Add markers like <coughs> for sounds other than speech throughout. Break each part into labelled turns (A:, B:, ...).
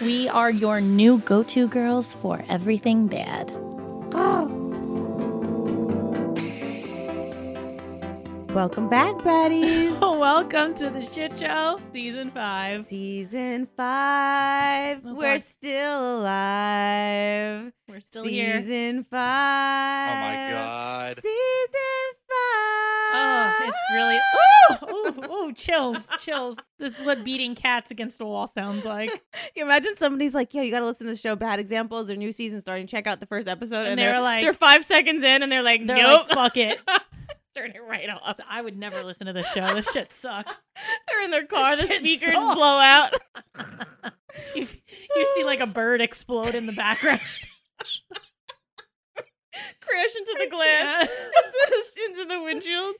A: We are your new go to girls for everything bad.
B: Welcome back,
A: <laughs>
B: buddies.
A: Welcome to the Shit Show, Season 5.
B: Season five.
A: Oh,
B: We're
A: God.
B: still alive.
A: We're still
B: Season
A: here.
B: five.
C: Oh my god.
B: Season
A: Oh,
B: five.
A: it's really. Oh, oh, oh, chills, chills. This is what beating cats against a wall sounds like.
B: <laughs> <laughs> You imagine somebody's like, "Yo, you gotta listen to the show. Bad examples. Their new season starting. Check out the first episode."
A: And
B: And,
A: they
B: they're
A: were like-
B: they're five seconds in, and they're like,
A: They're
B: "Nope."
A: like, fuck it. Turn it right off. I would never listen to this show. This shit
B: <laughs>
A: sucks.
B: <laughs> they're in their car. The
A: shit
B: speakers
A: sucks.
B: blow out.
A: you, you see like a bird explode in the background.
B: Crash into the glass.
A: <laughs>
B: <laughs> into the windshield.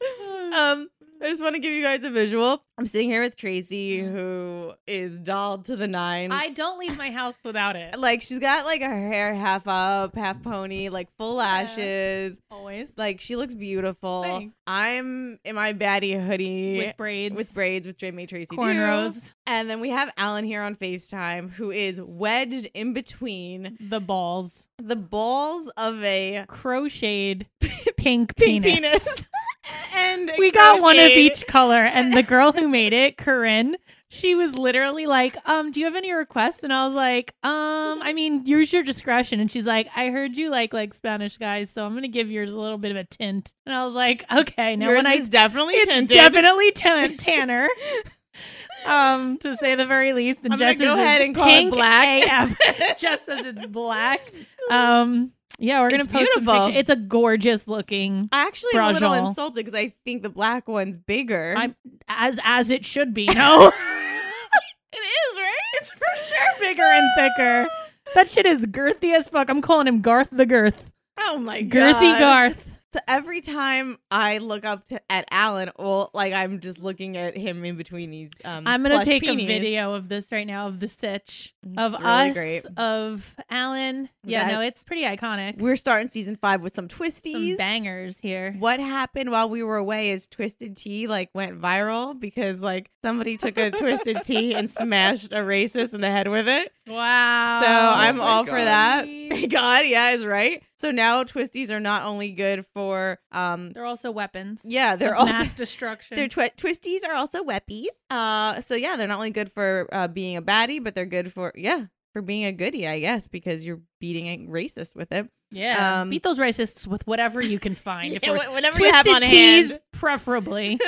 B: Um, I just want to give you guys a visual. I'm sitting here with Tracy, who is dolled to the nine.
A: <laughs> I don't leave my house without it.
B: like she's got like her hair half up, half pony, like full
A: Yeah.
B: lashes.
A: Always.
B: Like she looks beautiful.
A: Thanks.
B: I'm in my baddie hoodie
A: With braids.
B: with braids with Dre May Tracy Dew.
A: cornrows.
B: And then we have Alan here on FaceTime who is wedged in between
A: The balls.
B: the balls of a
A: crocheted <laughs> pink,
B: pink
A: penis.
B: penis.
A: <laughs>
B: <laughs> and a
A: We got one of
B: crochet.
A: each color, and <laughs> the girl who made it, Corinne, she was literally like, "Um, do you have any requests?" And I was like, "Um, I mean, use your discretion." And she's like, "I heard you like like Spanish guys, so I'm gonna give yours a little bit of a tint." And I was like, "Okay." Now
B: Yours
A: when I
B: is definitely
A: it's
B: tinted. <laughs>
A: definitely tan- tanner, um, to say the very least. And
B: I'm gonna
A: Jess
B: go
A: says
B: ahead
A: it's
B: and call it
A: pink
B: black. <laughs>
A: AF. Jess says it's black. Um, yeah, we're gonna
B: It's
A: post some
B: beautiful.
A: picture. It's a gorgeous looking.
B: I actually am a little
A: Brajol.
B: insulted because I think the black one's bigger.
A: I'm as as it
B: <laughs>
A: should be. No,
B: It is, right? It's for
A: They're bigger and thicker. That shit is girthy as fuck. I'm calling him Garth the Girth.
B: Oh my god.
A: Girthy Garth.
B: So every time I look up to, at Alan, well, like I'm just looking at him in between these. Um,
A: I'm gonna
B: plush
A: take a
B: peonies.
A: video of this right now of the sitch
B: It's
A: of
B: really
A: us
B: great.
A: of Alan. Yeah,
B: That-
A: no, it's pretty iconic.
B: We're starting season five with some
A: Some
B: twisties.
A: bangers here.
B: what happened while we were away is twisted tea like went viral because like somebody took a twisted tea and smashed a racist in the head with it.
A: Wow.
B: So I'm
C: my
B: all for
C: God.
B: that. <laughs>
A: <laughs>
B: Thank God, yeah, is right. So now twisties are not only good for um
A: They're also weapons.
B: yeah, <laughs> they're
A: Of
B: also
A: mass destruction.
B: Their twi- twisties are also weppies. Uh, so yeah, they're not only good for uh, being a baddie, but they're good for yeah for being a goodie, I guess, because you're beating a racist with it.
A: yeah.
B: um,
A: Beat those racists with whatever you
B: <laughs>
A: can find. if
B: Yeah,
A: we're-
B: wh- whatever
A: twisted
B: you have on
A: teas,
B: hand.
A: preferably.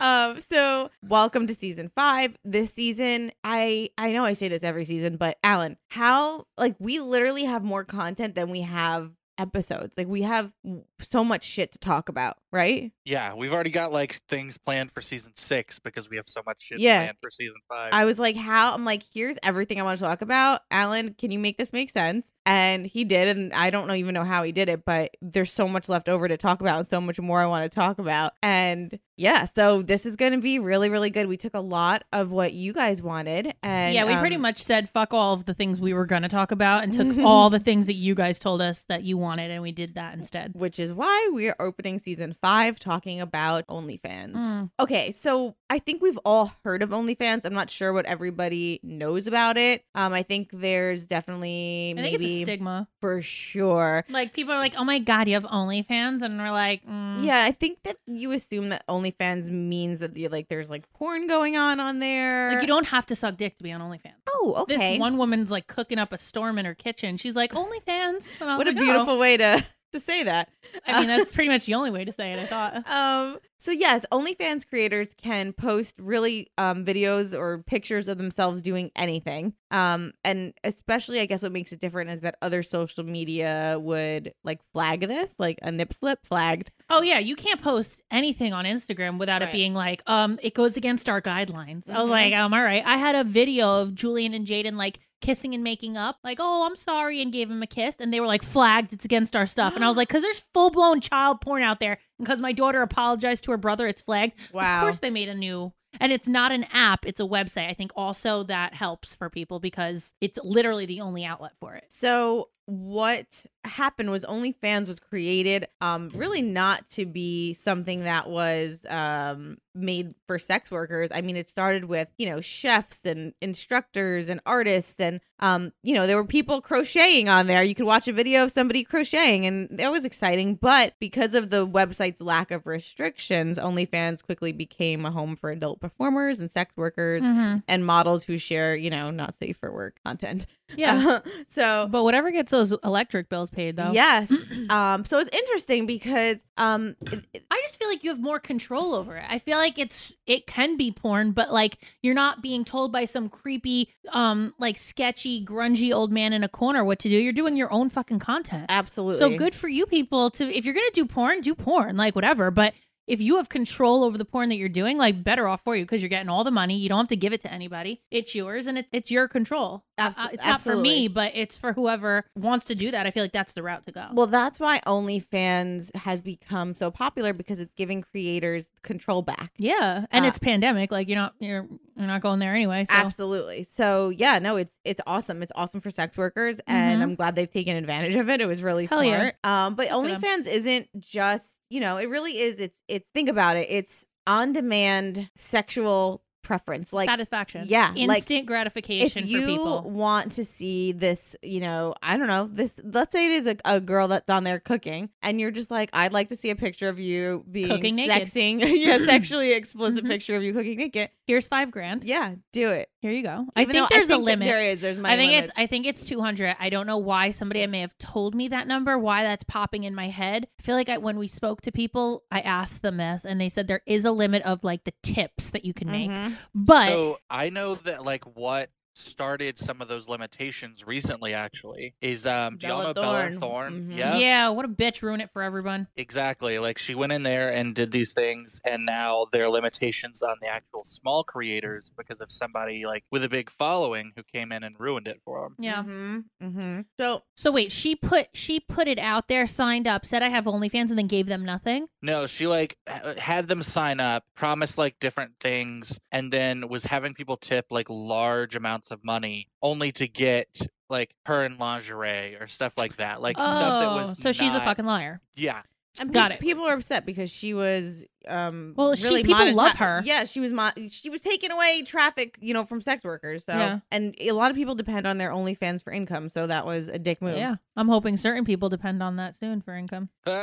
B: um, so welcome to season five. This season, I I know I say this every season, but Alan, how like we literally have more content than we have episodes. Like we have so much shit to talk about, right?
C: Yeah, we've already got like things planned for season six because we have so much shit
B: Yeah.
C: planned for season five.
B: I was like, how? I'm like, here's everything I want to talk about. Alan, can you make this make sense? And he did. And I don't know even know how he did it, but there's so much left over to talk about and so much more I want to talk about. And yeah, so this is going to be really, really good. We took a lot of what you guys wanted. <laughs> And
A: yeah, we pretty
B: um, Mm-hmm.
A: much said fuck all of the things we were going to talk about and took all the things that you guys told us that you wanted and we did that instead.
B: Which is why we are opening season five talking about OnlyFans.
A: Mm.
B: Okay, so I think we've all heard of OnlyFans. I'm not sure what everybody knows about it. Um, I think there's definitely
A: I
B: maybe
A: think it's a stigma.
B: for sure
A: Like people are like, "Oh my god, you have OnlyFans," and we're like, mm,
B: Yeah, I think that you assume that OnlyFans means that you like there's like porn going on on there.
A: Like you don't have to suck dick to be on OnlyFans.
B: Oh, okay.
A: This one woman's like cooking up a storm in her kitchen. She's like, OnlyFans. And I was
B: what a
A: like, "Oh."
B: beautiful way to <laughs> to say that.
A: I mean, that's pretty much the only way to say it. I thought.
B: <laughs> Um, so yes, OnlyFans creators can post really um, videos or pictures of themselves doing anything. Um, and especially, I guess what makes it different is that other social media would like flag this, like a nip slip flagged.
A: Oh yeah, you can't post anything on Instagram without
B: Right.
A: it being like, um, it goes against our guidelines. I
B: Mhm.
A: was like, um, all right. I had a video of Julian and Jaden like kissing and making up, like, oh, I'm sorry, and gave him a kiss, and they were like, flagged, it's against our stuff. And I was like, because there's full blown child porn out there, because my daughter apologized to her brother, it's flagged. Of course, they made a new, and it's not an app; it's a website. I think also that helps for people because it's literally the only outlet for it.
B: So what happened was OnlyFans was created um really not to be something that was um made for sex workers. I mean it started with, you know, chefs and instructors and artists and um you know there were people crocheting on there. You could watch a video of somebody crocheting and that was exciting, but because of the website's lack of restrictions, OnlyFans quickly became a home for adult performers and sex
A: Hmm.
B: workers and models who share, you know, not safe for work content. Uh-huh.
A: Yeah,
B: <laughs> so
A: but whatever gets those electric bills paid, though.
B: Yes. um, so it's interesting because um, it- it-
A: I just feel like you have more control over it. I feel like it's it can be porn, but like you're not being told by some creepy, um, like sketchy, grungy old man in a corner what to do. You're doing your own fucking content.
B: absolutely
A: So good for you people to if you're gonna do porn, do porn, like whatever. But if you have control over the porn that you're doing, like better off for you because you're getting all the money. You don't have to give it to anybody. It's yours and it, it's your control.
B: Abso-
A: Uh, it's not for me, but it's for whoever wants to do that. I feel like that's the route to go.
B: Well, that's why OnlyFans has become so popular because it's giving creators control back.
A: Yeah, and
B: Uh,
A: it's pandemic. Like you're not you're you're not going there anyway. So
B: Absolutely. So yeah, no, it's it's awesome. It's awesome for sex workers, and
A: Mhm.
B: I'm glad they've taken advantage of it. It was really
A: Hell yeah.
B: smart. Um, but
A: for them.
B: OnlyFans isn't just you know, it really is. It's it's think about it. It's on demand sexual preference, like
A: satisfaction.
B: yeah, like,
A: instant
B: if
A: gratification
B: you
A: for people.
B: want to see this you know i don't know this let's say it is a, a girl that's on there cooking and you're just like i'd like to see a picture of you being
A: Cooking naked.
B: sexing <laughs> yeah
A: <laughs>
B: sexually explicit
A: Mhm.
B: picture of you cooking naked
A: Here's five grand.
B: yeah do it
A: Here you go. I
B: Even
A: think
B: though
A: there's a
B: that
A: limit.
B: there is there's money
A: I think
B: limits.
A: it's I think it's 200. I don't know why somebody I may have told me that number, why that's popping in my head. I feel like I, when we spoke to people, I asked them this and they said there is a limit of like the tips that you can make.
B: Mhm.
A: But
C: So I know that like what started some of those limitations recently actually is um do
B: Bella
C: y'all know Bella
B: Thorne.
C: Thorne?
B: Mhm.
C: Yeah.
A: yeah, what a bitch ruin it for everyone.
C: Exactly. Like she went in there and did these things, and now there are limitations on the actual small creators because of somebody like with a big following who came in and ruined it for them.
A: Yeah.
B: Mhm. Mhm. so
A: So wait, she put she put it out there, signed up, said I have OnlyFans and then gave them nothing.
C: No, she like h- had them sign up, promised like different things, and then was having people tip like large amounts of money only to get like her in lingerie or stuff like that. Like stuff that was
A: Oh, so she's a
C: not-
A: fucking liar.
C: yeah.
B: and
A: Got
B: pe-
A: it.
B: people are upset because she was um
A: Well, she-
B: really
A: people
B: monetize-
A: love her.
B: yeah she was mo- she was taking away traffic you know from sex workers so
A: Yeah.
B: and a lot of people depend on their OnlyFans for income so that was a dick move
A: Yeah, I'm hoping certain people depend on that soon for income.
C: <coughs>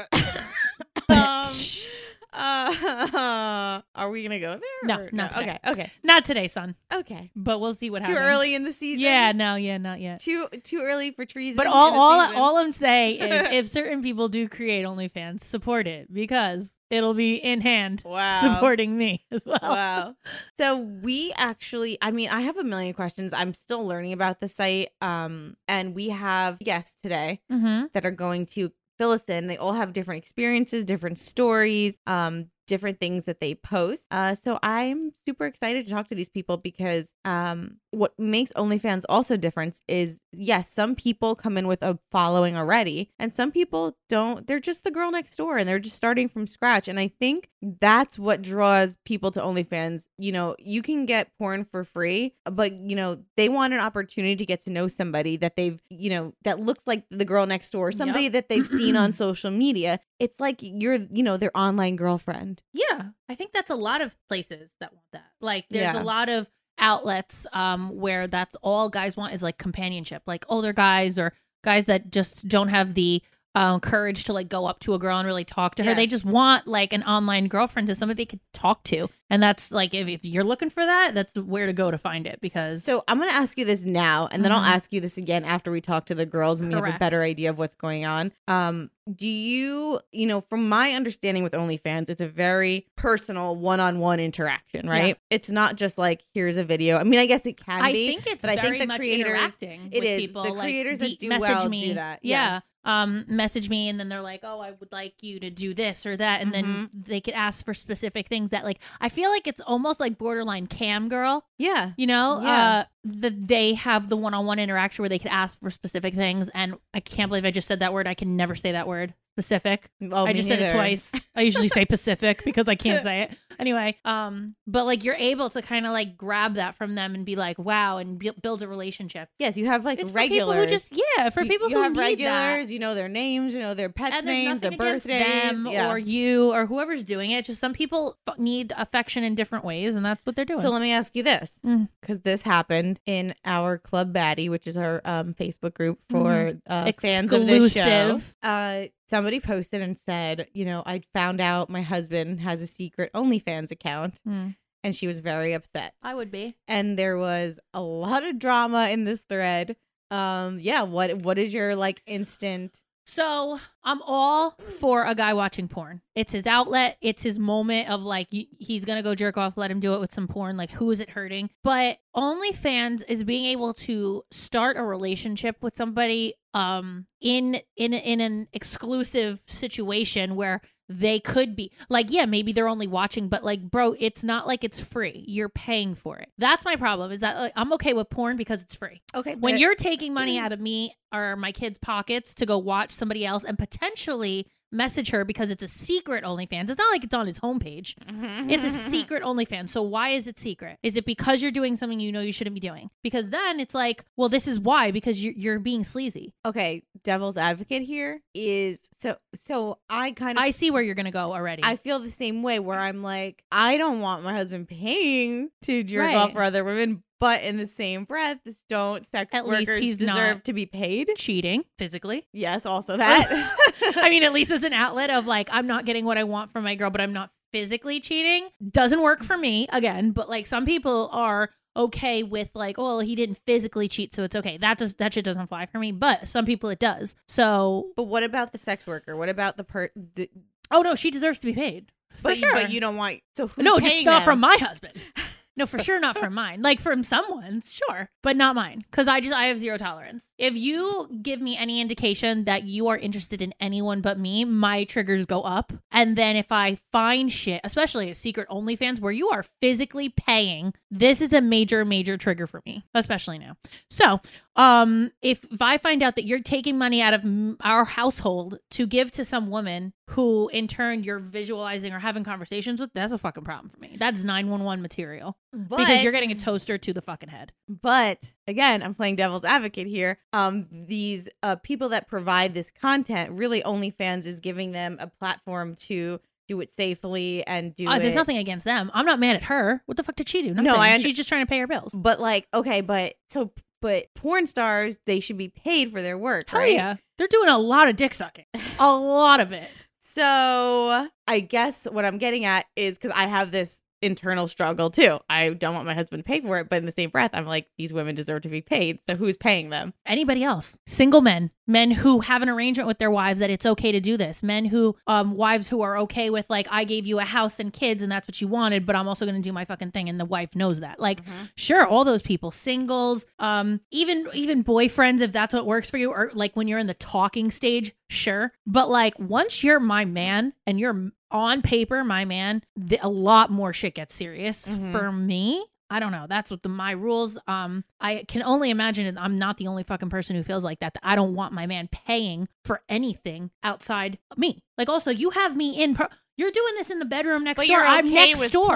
B: um,
C: Uh,
B: uh, <laughs> are we gonna go there?
A: No,
B: or
A: not
B: Okay,
A: today.
B: okay,
A: Not today, son.
B: okay.
A: But we'll see what
B: It's too
A: happens.
B: early in the season.
A: Yeah, no, yeah, not yet.
B: too too early for trees.
A: But all all all I'm saying is,
B: <laughs>
A: if certain people do create OnlyFans, support it because it'll be in hand
B: wow.
A: supporting me <laughs> as well.
B: Wow. <laughs> So we actually, I mean, I have a million questions. I'm still learning about the site. Um, and we have guests today
A: Mm-hmm.
B: that are going to fill us in. They all have different experiences, different stories, um, different things that they post. Uh, so I'm super excited to talk to these people because um, what makes OnlyFans also different is yes, some people come in with a following already, and some people don't. They're just the girl next door, and they're just starting from scratch. And I think that's what draws people to OnlyFans. You know, you can get porn for free, but you know they want an opportunity to get to know somebody that they've, you know, that looks like the girl next door, somebody that they've seen on social media. It's like you're, you know, their online girlfriend.
A: Yeah, I think that's a lot of places that want that. Like, there's
B: Yeah.
A: a lot of outlets um where that's all guys want is like companionship, like older guys or guys that just don't have the um, courage to like go up to a girl and really talk to her.
B: Yes.
A: They just want like an online girlfriend to somebody they could talk to, and that's like if, if you're looking for that, that's where to go to find it because
B: So I'm gonna ask you this now, and then
A: Mhm.
B: I'll ask you this again after we talk to the girls and we have a
A: Correct.
B: better idea of what's going on. Um, do you, you know, from my understanding with OnlyFans, it's a very personal one-on-one interaction,
A: Yeah.
B: right? It's not just like here's a video. I mean, I guess it can
A: I
B: be.
A: think it's
B: but I think
A: very
B: the
A: much
B: creators-
A: interacting.
B: it
A: with
B: is
A: people,
B: the
A: like,
B: creators
A: the-
B: that do
A: message
B: well
A: me.
B: do that.
A: Yeah.
B: Yes.
A: um message me and then they're like oh i would like you to do this or that and then they could ask for specific things that like i feel like it's almost like borderline cam girl
B: Yeah.
A: you know
B: Yeah.
A: uh that they have the one-on-one interaction where they could ask for specific things and i can't believe i just said that word i can never say that word specific
B: Well, me
A: i just said it
B: neither.
A: twice i usually <laughs> say pacific because i can't say <laughs> it anyway um but like you're able to kind of like grab that from them and be like wow and bu- build a relationship
B: Yes, you have like
A: it's
B: regulars.
A: for people who just yeah for
B: You-
A: people
B: you
A: who
B: have
A: need that
B: regulars, you know their names, you know their pets'
A: and there's
B: names, their
A: nothing against
B: birthdays,
A: them
B: yeah.
A: or you or whoever's doing it. Just some people f- need affection in different ways, and that's what they're doing.
B: So let me ask you this,
A: Mm.
B: because this happened in our Club Baddie, which is our um, Facebook group for uh, fans of this show.
A: Mm-hmm. Exclusive.
B: Uh, somebody posted and said, you know, I found out my husband has a secret OnlyFans account,
A: Mm.
B: and she was very upset.
A: I would be.
B: And there was a lot of drama in this thread. Um, yeah, what what is your like instant?
A: So I'm all for a guy watching porn. It's his outlet. It's his moment of like y- he's gonna go jerk off. Let him do it with some porn. Like who is it hurting? But OnlyFans is being able to start a relationship with somebody um in in in an exclusive situation where they could be like yeah maybe they're only watching but like bro it's not like it's free you're paying for it that's my problem is that like, i'm okay with porn because it's free
B: Okay,
A: when you're taking money out of me or my kids' pockets to go watch somebody else and potentially message her because it's a secret OnlyFans. It's not like it's on his homepage. It's a secret OnlyFans. So why is it secret? Is it because you're doing something you know you shouldn't be doing? Because then it's like, well, this is why because you're you're being sleazy.
B: okay. Devil's advocate here is so so. I kind of
A: I see where you're gonna go already.
B: Mm. I feel the same way where I'm like, I don't want my husband paying to jerk off
A: Right.
B: for other women, but in the same breath, this don't sex
A: At least
B: workers
A: he's
B: deserve
A: not-
B: to be paid.
A: cheating physically.
B: Yes, also that. <laughs>
A: <laughs> I mean, at least it's an outlet of like, I'm not getting what I want from my girl, but I'm not physically cheating. Doesn't work for me again, but like some people are okay with like, oh, well, he didn't physically cheat, so it's okay. That does that shit doesn't fly for me, but some people it does. So,
B: but what about the sex worker? What about the per? D-
A: oh no, she deserves to be paid.
B: but,
A: sure.
B: but you don't want so who's
A: no, just
B: paying
A: not
B: them?
A: from my husband. <laughs> No, for sure not from mine. Like from someone, sure, but not mine cuz I just I have zero tolerance. If you give me any indication that you are interested in anyone but me, my triggers go up. And then if I find shit, especially a secret OnlyFans where you are physically paying, this is a major major trigger for me, especially now. So, um if, if I find out that you're taking money out of m- our household to give to some woman who in turn you're visualizing or having conversations with, that's a fucking problem for me. That's 911 material
B: But,
A: because you're getting a toaster to the fucking head.
B: But again, I'm playing devil's advocate here. Um, these uh, people that provide this content really OnlyFans is giving them a platform to do it safely and do
A: Uh,
B: it.
A: there's nothing against them. I'm not mad at her. What the fuck did she do? Nothing.
B: No, I under-
A: she's just trying to pay her bills.
B: But like, okay, but so but porn stars, they should be paid for their work,
A: Hell
B: right?
A: yeah, they're doing a lot of dick sucking, a lot of it.
B: So I guess what I'm getting at is because I have this internal struggle too. I don't want my husband to pay for it, but in the same breath, I'm like, these women deserve to be paid. So who's paying them?
A: anybody else single men men who have an arrangement with their wives that it's okay to do this men who um wives who are okay with like i gave you a house and kids and that's what you wanted but i'm also going to do my fucking thing and the wife knows that like sure all those people singles um even even boyfriends if that's what works for you or like when you're in the talking stage sure but like once you're my man and you're on paper my man the, a lot more shit gets serious
B: Mhm.
A: for me I don't know. That's what the my rules. Um, I can only imagine it. I'm not the only fucking person who feels like that. That I don't want my man paying for anything outside of me. Like, also, you have me in. Pro- you're doing this in the bedroom next door. I'm next door.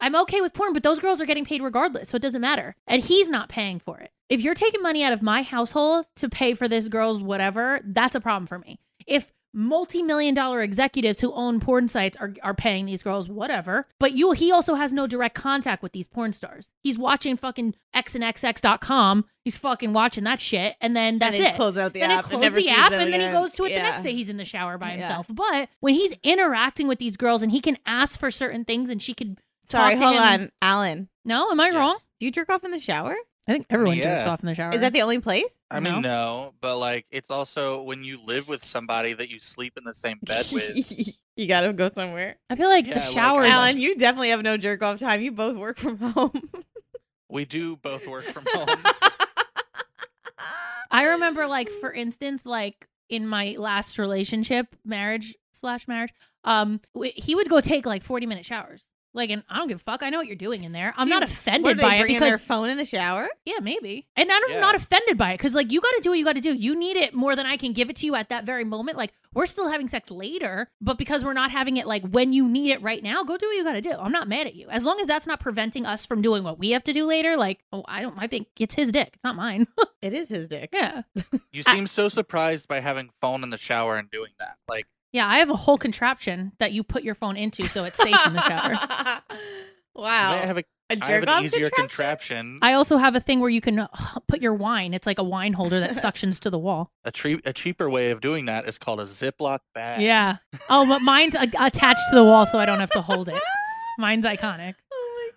A: I'm okay with porn, but those girls are getting paid regardless, so it doesn't matter. And he's not paying for it. If you're taking money out of my household to pay for this girl's whatever, that's a problem for me. If multi-million dollar executives who own porn sites are, are paying these girls whatever but you he also has no direct contact with these porn stars he's watching fucking xnxx.com he's fucking watching that shit and then
B: and
A: that's
B: then
A: it
B: he closes out the
A: and
B: app.
A: it
B: and
A: closes
B: never
A: the
B: sees
A: app
B: them
A: and then he
B: again.
A: goes to it the
B: Yeah.
A: next day he's in the shower by
B: Yeah.
A: himself but when he's interacting with these girls and he can ask for certain things and she could
B: Sorry,
A: talk to
B: hold
A: him-
B: on, Alan.
A: no am i wrong
C: Yes.
B: Do you jerk off in the shower?
A: i think everyone
C: Yeah.
A: jerks off in the shower
B: Is that the only place?
C: I mean, no.
B: <laughs>
C: but like it's also when you live with somebody that you sleep in the same bed with.
A: <laughs>
B: you gotta go somewhere.
A: i feel like
C: Yeah,
A: the
C: like,
A: shower is
B: Alan, you definitely have no jerk off time. You both work from home. <laughs>
C: We do both work
A: <laughs>
C: from home.
A: I remember, like for instance, like in my last relationship, marriage slash marriage, um, w- he would go take like forty minute showers. Like, and I don't give a fuck. I know what you're doing in there. I'm
B: So
A: not
B: you- What,
A: offended
B: do they
A: by it
B: bring in
A: because
B: their phone in the shower?
A: yeah, maybe. And I'm
C: Yeah.
A: not offended by it because like you got to do what you got to do. You need it more than I can give it to you at that very moment. Like we're still having sex later, but because we're not having it like when you need it right now, go do what you got to do. I'm not mad at you as long as that's not preventing us from doing what we have to do later. Like, oh, I don't. I think it's his dick. It's not mine. <laughs>
B: It is his dick.
A: yeah.
C: You
A: I-
C: seem so surprised by having phone in the shower and doing that. Like
A: Yeah, I have a whole contraption that you put your phone into so it's safe in
B: <laughs>
A: the shower.
B: wow.
C: I have a
B: a
C: I have
B: jerk
C: an
B: off
C: easier
B: contraption?
C: contraption.
A: I also have a thing where you can uh, put your wine. It's like a wine holder that suctions to the wall.
C: A, tre- a cheaper way of doing that is called a Ziploc bag.
A: Yeah. Oh, but mine's uh, attached to the wall so I don't have to
B: <laughs>
A: hold it. Mine's iconic.
B: Oh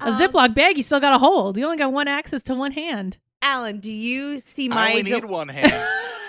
B: my
A: A
B: gosh. Um,
A: Ziploc bag, you still got to hold. You only got one access to one hand.
B: Alan, do you see
C: I
B: my
C: only
B: di-
C: need one hand.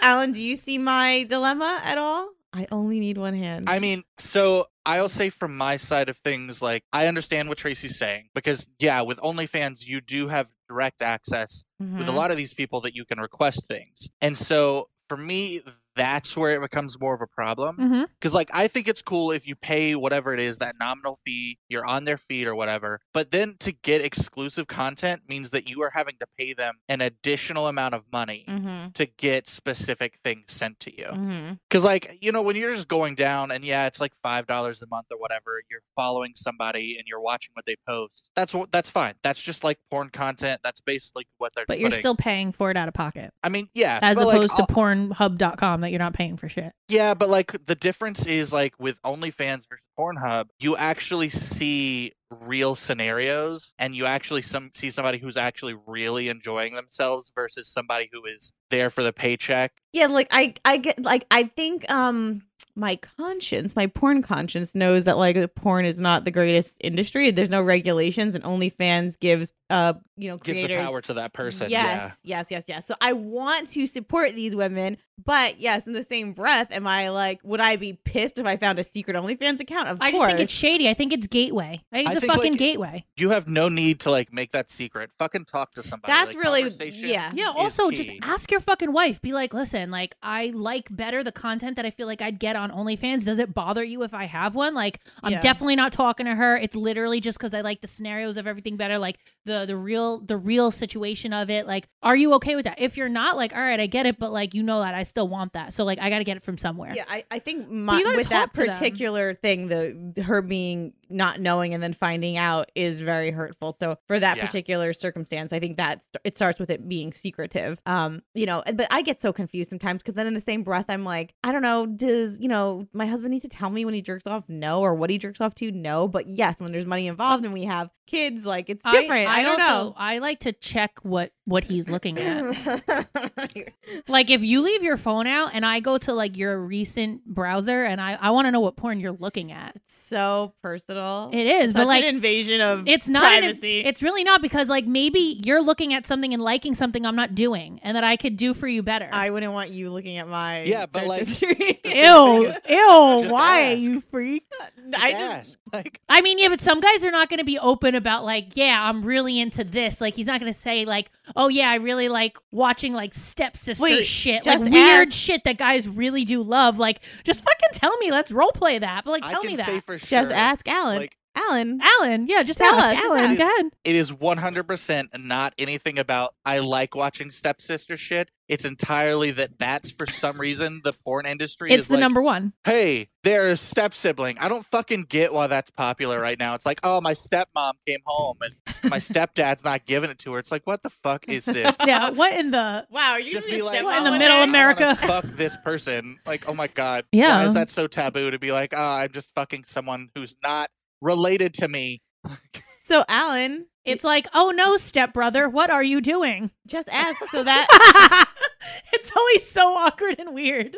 B: Alan, do you see my dilemma at all? I only need one hand.
C: I mean, so I'll say from my side of things, like I understand what Tracy's saying because yeah, with OnlyFans you do have direct access with a
B: Mhm.
C: lot of these people that you can request things, and so for me, that's where it becomes more of a problem.
A: Mhm.
C: Because, like, I think it's cool if you pay whatever it is, that nominal fee, you're on their feed or whatever. But then to get exclusive content means that you are having to pay them an additional amount of money
B: Mhm.
C: to get specific things sent to you.
A: Mm.
B: Mhm.
C: Because, like, you know, when you're just going down and yeah, it's like $5 a month or whatever, you're following somebody and you're watching what they post. That's what that's fine. That's just like porn content. That's basically what they're
A: But you're
C: putting-
A: still paying for it out of pocket
C: I mean, yeah.
A: as
C: but, like,
A: opposed
C: I'll-
A: to pornhub.com that you're not paying for shit.
C: Yeah, but like the difference is like with OnlyFans versus Pornhub, you actually see real scenarios and you actually some see somebody who's actually really enjoying themselves versus somebody who is there for the paycheck.
B: Yeah, like I I get like I think um my conscience, my porn conscience knows that like porn is not the greatest industry. There's no regulations and OnlyFans gives uh you know
C: Gives
B: creators
C: the power to that person.
B: Yes, yes, yes, yes. So I want to support these women, but yes, in the same breath, am I like, would I be pissed if I found a secret OnlyFans account? Of
A: I just
B: course.
A: think it's shady. I think it's gateway. I think
C: I
A: it's a
C: think, like,
A: fucking gateway.
C: Yeah. You have no need to like make that secret. Fucking talk to somebody.
B: That's
C: Like,
B: really
C: conversation
B: yeah.
A: Yeah,
C: is
A: also just
C: key.
A: ask your fucking wife. Be like, listen, like I like better the content that I feel like I'd get on OnlyFans. Does it bother you if I have one? Like, I'm
B: Yeah.
A: definitely not talking to her. It's literally just because I like the scenarios of everything better, like the the real the real situation of it. Like, are you okay with that? If you're not, like, all right, I get it, but like you know that I still want that. So like I gotta get it from somewhere.
B: Yeah, I, I think
A: But
B: my,
A: you gotta
B: with that
A: talk to them.
B: particular thing, the her being not knowing and then finding out is very hurtful. So for that
C: Yeah.
B: particular circumstance, I think that st- it starts with it being secretive. Um, you know, but I get so confused sometimes because then in the same breath, I'm like, I don't know, does you know my husband needs to tell me when he jerks off? No, or what he jerks off to? No, but yes, when there's money involved and we have kids, like it's different. I, don't
A: also- <laughs> I like to check what what he's looking at.
B: <laughs> know.
A: like if you leave your phone out and I go to like your recent browser and I I want to know what porn you're looking at.
B: so personal.
A: It is,
B: Such
A: but like
B: an invasion of
A: it's not an-
B: privacy.
A: it's really not because like maybe you're looking at something and liking something I'm not doing and that I could do for you better.
B: I wouldn't want you looking at my
C: Yeah, but,
B: search
C: like-
B: history. <laughs>
C: The same thing is- <laughs> just ask.
A: freak?
B: I
C: Just
B: just
C: ask. Like
A: I mean, yeah, but some guys are not going to be open about like, yeah, I'm really into this. Like, he's not going to say like, oh yeah, I really like watching like stepsister
B: Wait,
A: shit,
B: just
A: like weird
B: ask.
A: shit that guys really do love. Like, just fucking tell me. Let's role play that. But like,
C: I
A: tell
C: can
A: me that.
C: say for sure.
B: just ask Alan.
C: Like
B: Alan.
A: Alan, yeah, just
B: Tell
A: ask
B: us, just
A: Alan.
C: ask.
A: Go ahead.
C: It is 100% not anything about I like watching stepsister shit. It's entirely that that's for some reason the porn industry
A: It's
C: is
A: the
C: like,
B: <laughs>
A: number one.
C: hey, they're a step sibling. I don't fucking get why that's popular right now. It's like, oh, my stepmom came home and my stepdad's not giving it to her. It's like, what the fuck is this?
A: Yeah, what in the
B: Wow, are you
C: Just be like,
A: What in
C: "Oh,
A: the
C: I
A: middle
B: <laughs>
C: wanna-
A: America?"
C: I wanna fuck this person. Like, oh my god,
A: <laughs> Yeah.
C: Why is that so taboo to be like, oh, I'm just fucking someone who's not related to me?
B: So Alan,
A: it's like, oh no, stepbrother, what are you doing?
B: just ask. So
C: <laughs>
B: that
A: <laughs> it's always so awkward and weird.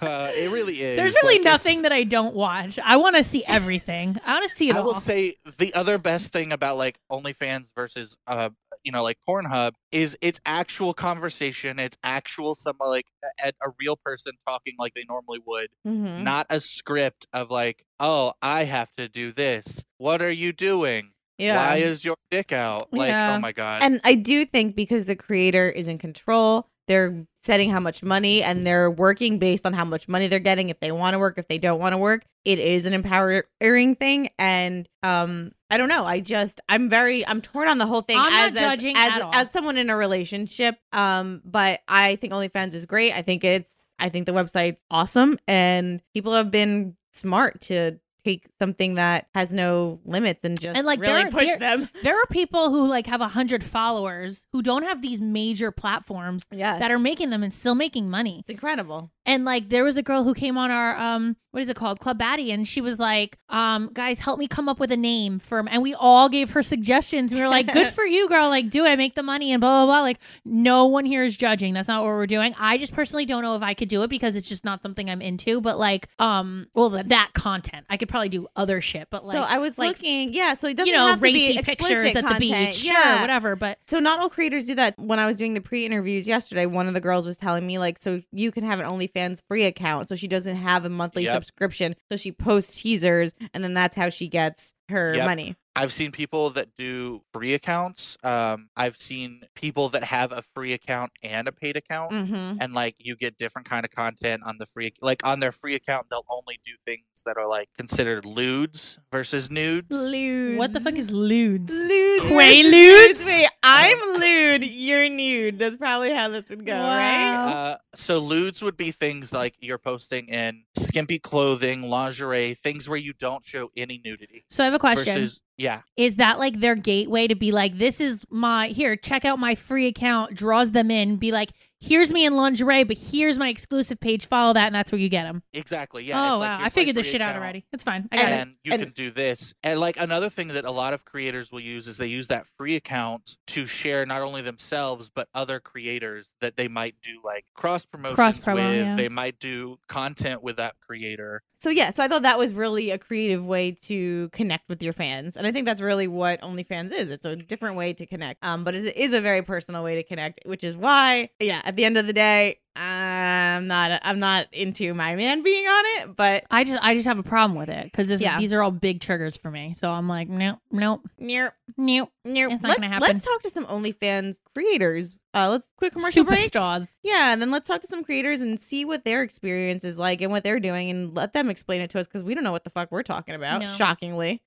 C: Uh, it really is.
A: <laughs> There's really
C: Like, it's-
A: nothing that I don't watch. I want to see everything. I want to see it
C: I
A: all.
C: will say the other best thing about like OnlyFans versus uh you know like Pornhub is it's actual conversation. It's actual some like a, a real person talking like they normally would,
A: Mm-hmm.
B: Mhm.
C: not a script of like oh I have to do this. What are you doing?
B: yeah.
C: Why is your dick out? Like
A: Yeah.
C: oh my god.
B: and I do think because the creator is in control, they're setting how much money and they're working based on how much money they're getting. If they want to work, if they don't want to work, it is an empowering thing. And um, I don't know. I just I'm very I'm torn on the whole thing.
A: I'm not
B: as, as-
A: judging
B: as,
A: at all.
B: as someone in a relationship. Um, but I think OnlyFans is great. I think it's I think the website's awesome, and people have been smart to take something that has no limits and just
A: And, like,
B: really
A: they're-
B: push
A: they're-
B: them.
A: <laughs> there are people who like have a hundred followers who don't have these major platforms
B: Yes,
A: that are making them and still making money.
B: it's incredible.
A: And like there was a girl who came on our um what is it called Club Batty and she was like um guys help me come up with a name for 'em." and we all gave her suggestions. We were
B: <laughs>
A: like good for you girl like do it make the money and blah blah blah like no one here is judging. That's not what we're doing. I just personally don't know if I could do it because it's just not something I'm into but like um well th- that content. I could probably do other shit but like
B: so I was
A: like,
B: looking, yeah. So it doesn't
A: you know
B: have to
A: racy
B: be
A: pictures
B: explicit
A: at the
B: content.
A: beach sure
B: yeah.
A: whatever but
B: So not all creators do that. When I was doing the pre-interviews yesterday, one of the girls was telling me like, so you can have an OnlyFans free account, so she doesn't have a monthly
C: Yep.
B: subscription, so she posts teasers, and then that's how she gets her
C: Yep.
B: money.
C: I've seen people that do free accounts. Um, I've seen people that have a free account and a paid account,
B: Mm-hmm.
C: and like you get different kind of content on the free, like on their free account, they'll only do things that are like considered lewds versus nudes.
B: Lewd.
A: what the fuck is lewd?
B: lewd?
A: Quaaludes?
B: Wait, I'm lewd. You're nude. That's probably how this would go, right?
A: Wow.
C: Uh, so lewds would be things like you're posting in skimpy clothing, lingerie, things where you don't show any nudity.
A: So I have a question.
C: Versus, yeah,
A: is that like their gateway to be like this is my here check out my free account draws them in be like here's me in lingerie but here's my exclusive page follow that and that's where you get them
C: exactly. Yeah.
A: oh
C: it's like,
A: wow
C: here's my
A: i figured this
C: free
A: shit out
C: account.
A: already it's fine i got it
C: and you
B: and-
C: can do this. And like another thing that a lot of creators will use is they use that free account to share not only themselves but other creators that they might do like cross promotions
A: promo,
C: with.
A: yeah.
C: They might do content with that creator.
B: So yeah, so I thought that was really a creative way to connect with your fans, and I think that's really what OnlyFans is. It's a different way to connect, um, but it is a very personal way to connect, which is why, yeah, at the end of the day, I'm not, I'm not into my man being on it, but
A: i just i just have a problem with it because
B: Yeah.
A: these are all big triggers for me so i'm like nope nope
B: near,
A: nope
B: near.
A: It's not
B: let's,
A: gonna happen.
B: let's talk to some OnlyFans creators. Uh, let's quick commercial break.
A: superstars
B: Yeah, and then let's talk to some creators and see what their experience is like and what they're doing, and let them explain it to us because we don't know what the fuck we're talking about.
A: No.
B: Shockingly,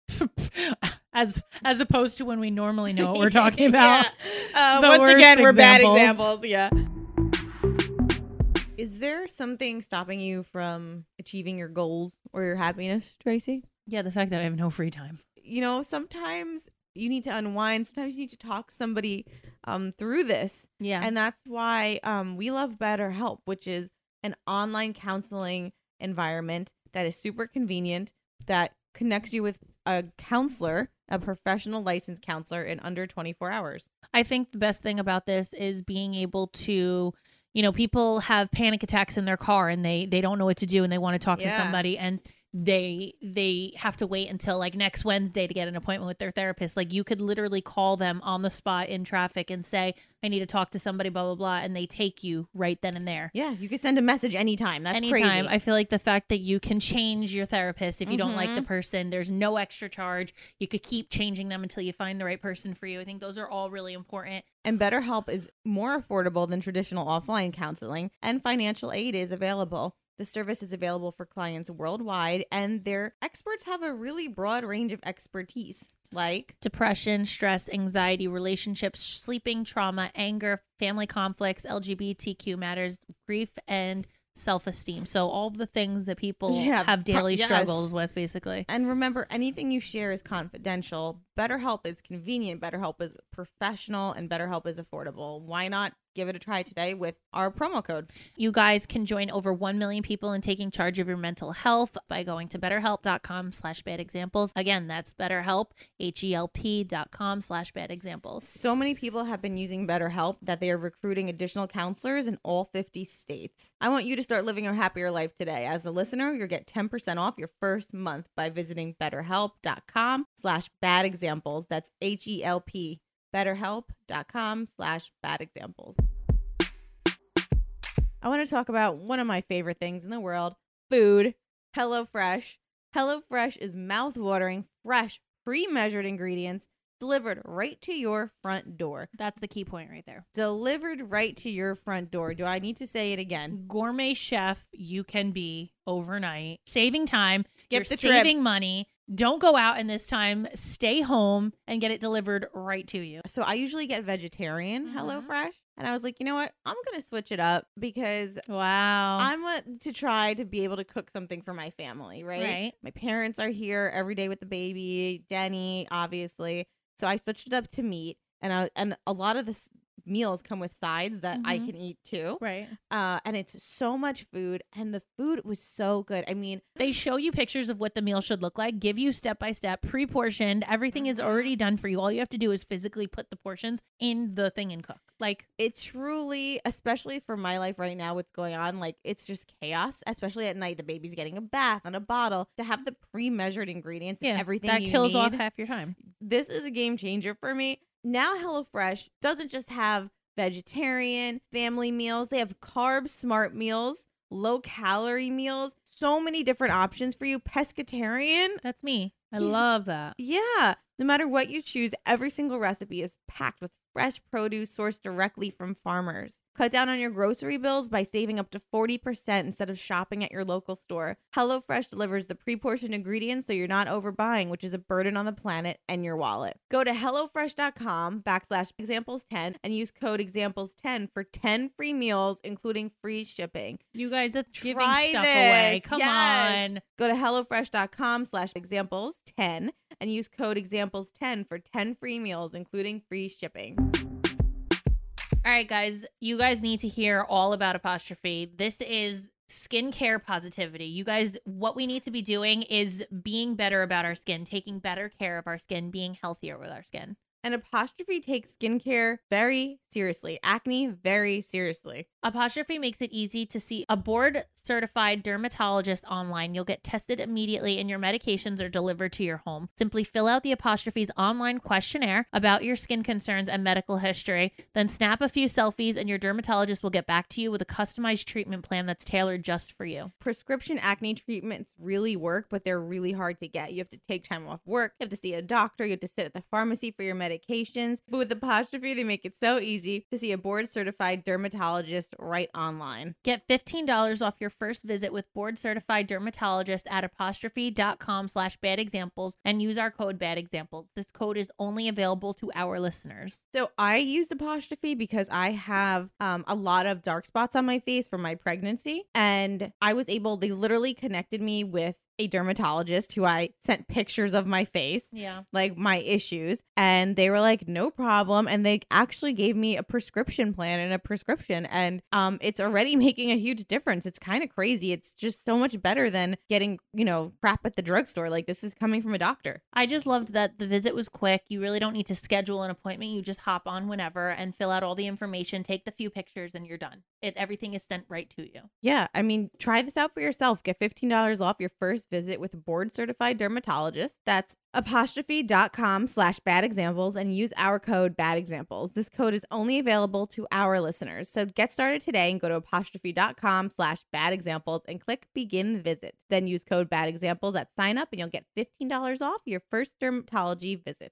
A: <laughs> as as opposed to when we normally
B: <laughs>
A: know <laughs> what we're talking about
B: Uh,
A: The
B: once
A: worst
B: again, we're bad
A: examples.
B: examples. Yeah. Is there something stopping you from achieving your goals or your happiness, Tracy?
A: yeah the fact that i have no free time
B: You know, sometimes you need to unwind. Sometimes you need to talk somebody um, through this,
A: yeah
B: and that's why um, we love BetterHelp, which is an online counseling environment that is super convenient that connects you with a counselor, a professional licensed counselor, in under twenty four hours.
A: I think the best thing about this is being able to, you know, people have panic attacks in their car and they they don't know what to do and they want to talk to
B: Yeah.
A: somebody and they they have to wait until like next Wednesday to get an appointment with their therapist. Like you could literally call them on the spot in traffic and say, "I need to talk to somebody," blah blah blah, and they take you right then and there.
B: Yeah, you can send a message anytime. That's
A: Anytime.
B: crazy.
A: I feel like the fact that you can change your therapist if you don't like the
B: Mhm.
A: person, there's no extra charge. You could keep changing them until you find the right person for you. I think those are all really important.
B: and BetterHelp is more affordable than traditional offline counseling, and financial aid is available. The service is available for clients worldwide, and their experts have a really broad range of expertise, like
A: Depression, stress, anxiety, relationships, sleeping, trauma, anger, family conflicts, LGBTQ matters, grief, and self esteem. So, all the things that people
B: Yeah,
A: have
B: pro-
A: daily
B: yes.
A: struggles with, basically.
B: And remember, anything you share is confidential. BetterHelp is convenient, BetterHelp is professional, and BetterHelp is affordable. Why not give it a try today with our promo code?
A: You guys can join over 1 million people in taking charge of your mental health by going to betterhelp.com slash bad examples. Again, that's betterhelp, H-E-L-P dot com slash bad examples.
B: So many people have been using BetterHelp that they are recruiting additional counselors in all 50 states. I want you to start living a happier life today. As a listener, you'll get 10% off your first month by visiting betterhelp.com slash bad examples. That's H-E-L-P, betterhelp.com slash bad examples. I want to talk about one of my favorite things in the world, food, HelloFresh. HelloFresh is mouthwatering, fresh, pre-measured ingredients delivered right to your front door.
A: That's the key point right there.
B: Delivered right to your front door. Do I need to say it again?
A: Gourmet chef, you can be overnight, saving time,
B: Skip
A: you're
B: the trip.
A: saving money. Don't go out and this time stay home and get it delivered right to you.
B: So I usually get vegetarian
A: Mhm.
B: HelloFresh, and I was like, you know what? I'm gonna switch it up because
A: Wow.
B: I want to try to be able to cook something for my family, right?
A: Right.
B: My parents are here every day with the baby, Denny, obviously. So I switched it up to meat, and I and a lot of the s- meals come with sides that I
A: Mhm.
B: can eat too.
A: right.
B: Uh, and it's so much food, and the food was so good. I mean,
A: They show you pictures of what the meal should look like, give you step by step, pre portioned. Everything is
B: Mm-hmm.
A: already done for you. All you have to do is physically put the portions in the thing and cook. Like,
B: it truly, especially for my life right now, what's going on, like it's just chaos. Especially at night, the baby's getting a bath and a bottle. To have the pre-measured ingredients, and
A: yeah,
B: everything
A: that
B: you
A: kills
B: need,
A: off half your time.
B: This is a game changer for me. Now, HelloFresh doesn't just have vegetarian family meals; they have carb smart meals, low calorie meals, so many different options for you. Pescatarian.
A: That's me. I
B: Yeah.
A: love that.
B: Yeah. No matter what you choose, every single recipe is packed with fresh produce sourced directly from farmers. Cut down on your grocery bills by saving up to 40% instead of shopping at your local store. HelloFresh delivers the pre portioned ingredients so you're not overbuying, which is a burden on the planet and your wallet. Go to HelloFresh.com backslash examples10 and use code examples10 for 10 free meals, including free shipping.
A: You guys, that's giving
B: Try
A: stuff away.
B: this.
A: Come
B: Yes.
A: on.
B: Go to HelloFresh.com slash examples 10 and use code examples 10 for 10 free meals, including free shipping.
A: All right, guys, you guys need to hear all about apostrophe. This is skincare positivity. You guys, what we need to be doing is being better about our skin, taking better care of our skin, being healthier with our skin.
B: And Apostrophe takes skincare very seriously, acne very seriously.
A: Apostrophe makes it easy to see a board certified dermatologist online. You'll get tested immediately and your medications are delivered to your home. Simply fill out the Apostrophe's online questionnaire about your skin concerns and medical history, then snap a few selfies and your dermatologist will get back to you with a customized treatment plan that's tailored just for you.
B: Prescription acne treatments really work, but they're really hard to get. You have to take time off work, you have to see a doctor, you have to sit at the pharmacy for your medications. But with Apostrophe, they make it so easy to see a board certified dermatologist right online.
A: Get $15 off your first visit with board certified dermatologist at apostrophe.com slash bad examples and use our code bad examples. This code is only available to our listeners.
B: So I used apostrophe because I have um, a lot of dark spots on my face from my pregnancy, and I was able. They literally connected me with a dermatologist who I sent pictures of my face,
A: Yeah.
B: like my issues, and they were like, "No problem," and they actually gave me a prescription plan and a prescription, and um, it's already <laughs> making a huge difference. It's kind of crazy. It's just so much better than getting you know crap at the drugstore. Like this is coming from a doctor.
A: I just loved that the visit was quick. You really don't need to schedule an appointment. You just hop on whenever and fill out all the information, take the few pictures, and you're done. It everything is sent right to you.
B: Yeah, I mean, try this out for yourself. Get $15 off your first visit with a board certified dermatologist. That's apostrophe.com slash bad examples and use our code bad examples. This code is only available to our listeners. So get started today and go to apostrophe.com slash bad examples and click begin visit. Then use code bad examples at sign up and you'll get $15 off your first dermatology visit.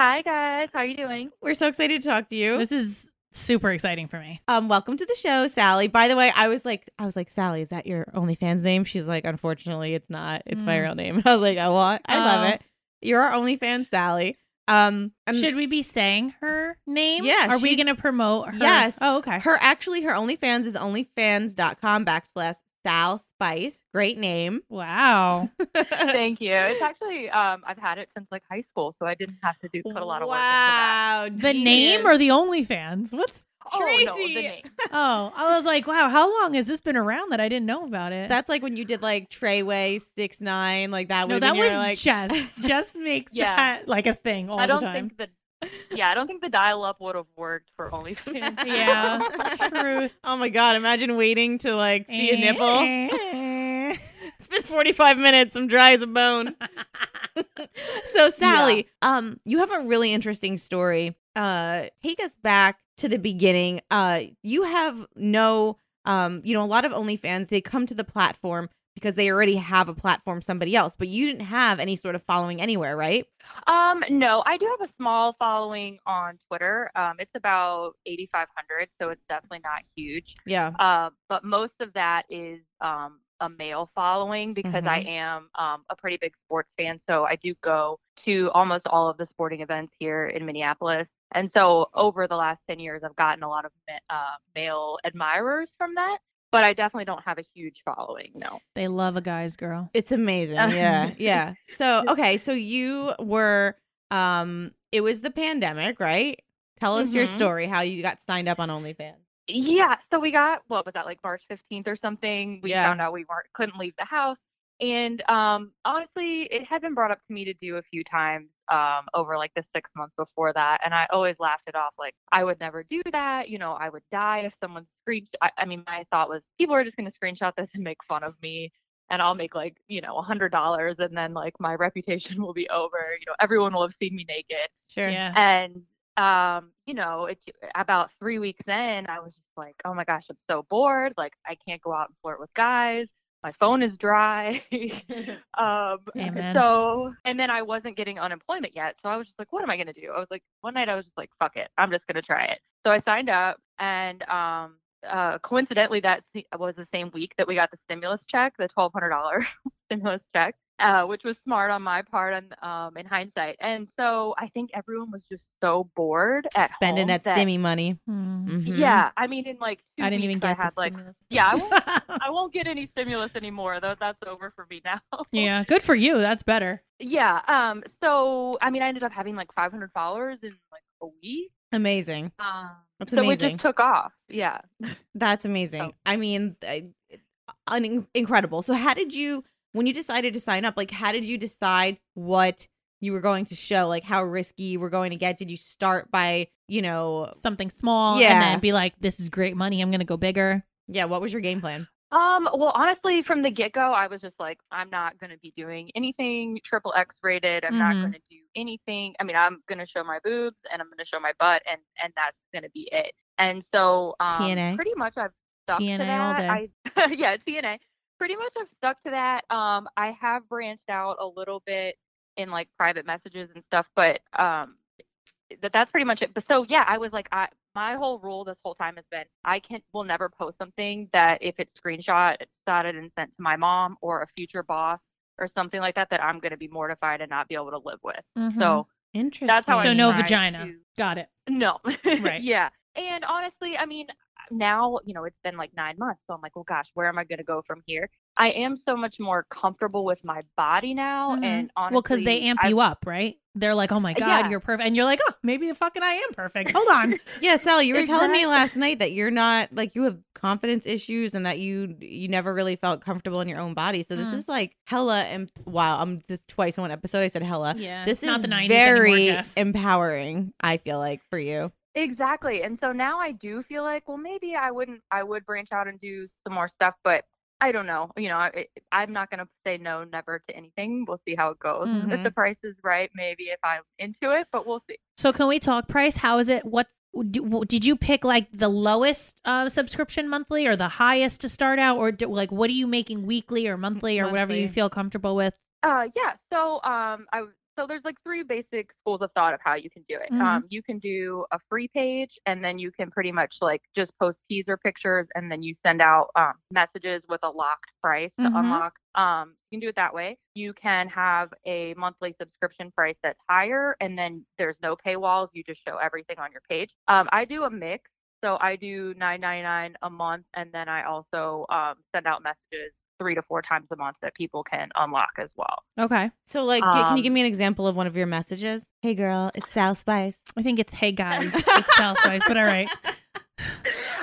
D: Hi guys, how are you doing?
B: We're so excited to talk to you.
A: This is super exciting for me.
B: Um, welcome to the show, Sally. By the way, I was like, I was like, Sally, is that your OnlyFans name? She's like, unfortunately, it's not. It's my
A: Mm.
B: real name. <laughs> And I was like, oh, well, I I love
A: Oh.
B: it. You're our OnlyFans, Sally. Um, and
A: Should we be saying her name?
B: Yeah,
A: Are we
B: she's-
A: going to promote her?
B: Yes.
A: Oh, okay.
B: her actually her OnlyFans is OnlyFans.com backslash Sal Spice. Great
A: <laughs>
B: name. <laughs>
A: Wow.
D: Thank you. It's actually um, I've had it since like high school, so I didn't have to do put a lot of work into that.
B: wow,
A: The name or the OnlyFans? What's
D: Oh no, the
B: Tracy.
D: name.
A: Oh, I was like, wow, how long has this been around that I didn't know about it?
B: That's like when you did like Treyway six nine, like that.
A: no,
B: would've
A: that
B: been your,
A: was
B: like,
A: Jess.
D: <laughs>
A: Jess makes
D: Yeah.
A: that like a thing all
D: I don't
A: the time.
D: think the yeah, I don't think the dial up would have worked for OnlyFans.
B: <laughs>
A: Yeah. Truth.
B: Oh my god! Imagine waiting to like see a nipple.
A: nipple.
B: It's been forty five minutes. I'm dry as a <laughs> bone. so Sally, um, you have a really interesting story. Uh, take us back to the beginning. Uh, you have no, um, you know, a lot of OnlyFans they come to the platform because they already have a platform somebody else, but you didn't have any sort of following anywhere, right?
D: <laughs> Um, no, I do have a small following on Twitter. Um, it's about 8,500, so it's definitely not huge.
B: Yeah.
D: Uh, but most of that is um, a male following because I am um, a pretty big sports fan. So I do go to almost all of the sporting events here in Minneapolis. And so over the last 10 years, I've gotten a lot of ma- uh, male admirers from that. But I definitely don't have a huge following. No.
A: <laughs> They love a guy's girl.
B: It's amazing.
D: Uh,
B: Yeah. <laughs> Yeah. So, okay, so you were um it was the pandemic, right? Tell us your
D: Mhm.
B: story how you got signed up on OnlyFans.
D: Yeah, so we got what was that like March 15th or something. We
B: Yeah.
D: found out we weren't couldn't leave the house. And um honestly, it had been brought up to me to do a few times um over like the 6 months before that, and I always laughed it off like I would never do that, you know, I would die if someone screen I, I mean, my thought was people are just going to screenshot this and make fun of me and I'll make like, you know, a $100 and then like my <laughs> reputation will be over, you know, everyone will have seen me naked
B: Sure.
A: Yeah.
D: and um you know it, about three weeks in i was just like oh my gosh i'm so bored like i can't go out and flirt with guys my phone is dry <laughs> um
A: Amen.
D: so and then i wasn't getting unemployment yet so i was just like what am i going to do i was like one night i was just like fuck it i'm just going to try it so i signed up and um uh, coincidentally, that se- was the same week that we got the stimulus check, the twelve hundred dollar <laughs> stimulus check, uh, which was smart on my part, and um, in hindsight. And so I think everyone was just so bored at
B: Spending
D: home
B: that, stimmy money.
A: Hmm.
B: Mhm.
D: Yeah, I mean, in like two
A: I didn't
D: weeks,
A: even
D: I
A: get
D: had
A: the
D: like
A: stimulus.
D: yeah, I won't, I won't get any stimulus anymore. Though that's over for me now.
A: <laughs>
D: <laughs>
A: yeah. Good for you. That's better.
D: yeah. Um. So I mean, I ended up having like five hundred followers in like a week.
B: Amazing.
D: Um.
B: That's
D: so it
B: amazing.
D: just took off. Yeah.
B: That's amazing.
D: Oh.
B: I mean, I- un- incredible. So how did you when you decided to sign up, like how did you decide what you were going to show, like how risky you were going to get? Did you start by, you know,
A: Something small.
B: Yeah.
A: And then be like, this is great money. I'm going to go bigger.
B: yeah, what was your game plan?
D: Um, well, honestly, from the get go, I was just like, I'm not going to be doing anything triple X rated. I'm not
A: Mhm.
D: going to do anything. I mean, I'm going to show my boobs and I'm going to show my butt, and and that's going to be it. And so, um,
B: TNA?
D: pretty much I've stuck to
A: TNA all
D: that. I, <laughs> yeah, TNA. Pretty much I've stuck to that. Um, I have branched out a little bit in like private messages and stuff, but um, that that's pretty much it. But so yeah, I was like, I my whole rule this whole time has been I can will never post something that if it's screenshot shotted and sent to my mom or a future boss or something like that that I'm gonna be mortified and not be able to live with.
A: Mm-hmm.
D: So
B: Interesting.
D: that's how I
A: So no
D: tried
A: vagina.
D: to-
A: Got it.
D: no. <laughs>
A: Right.
D: yeah. And honestly, I mean, now, you know, it's been like nine months. So I'm like, well, gosh, where am I going to go from here? I am so much more comfortable with my body now.
A: Mhm.
D: And honestly,
A: well, because they amp
D: I- Uh,
A: you up, right? They're like, "Oh my god,
D: Yeah.
A: you're perfect," and you're like, "Oh, maybe the fucking I am perfect." Hold
D: <laughs>
A: on,
B: Yeah, Sally, you were telling me
D: Exactly.
B: last night that you're not like you have confidence issues and that you you never really felt comfortable in your own body. So this
A: Mm.
B: is like hella and wow, I'm this twice in one episode I said hella.
A: yeah,
B: This
A: not
B: is
A: the 90s anymore,
B: very
A: Jess.
B: empowering, I feel like, for you.
D: Exactly. And so now I do feel like, well, maybe I wouldn't, I would branch out and do some more stuff, but I don't know. You know, I, it- I'm not going to say no, never to anything. We'll see how it goes. If
B: Mhm.
D: the price is right, maybe if I'm into it, but we'll see.
A: So can we talk price? How is it? What do, w- did you pick? Like the lowest uh, subscription monthly, or the highest to start out, or do, like what are you making weekly or monthly or whatever you
B: Monthly.
A: feel comfortable with?
D: Uh, yeah. So um, I w- so there's like three basic schools of thought of how you can do it.
A: Mhm.
D: Um, you can do a free page, and then you can pretty much like just post teaser pictures, and then you send out um, messages with a locked price to
A: Mhm.
D: unlock. Um, you can do it that way. You can have a monthly subscription price that's higher, and then there's no paywalls. You just show everything on your page. Um, I do a mix. So I do 9.99 a month, and then I also um, send out messages three to four times a month that people can unlock as well.
A: Okay,
B: So like g- can you
D: Um,
B: give me an example of one of your messages? Hey girl, it's Sal Spice.
A: I think it's hey <laughs> guys, it's style spice, but all <laughs> right.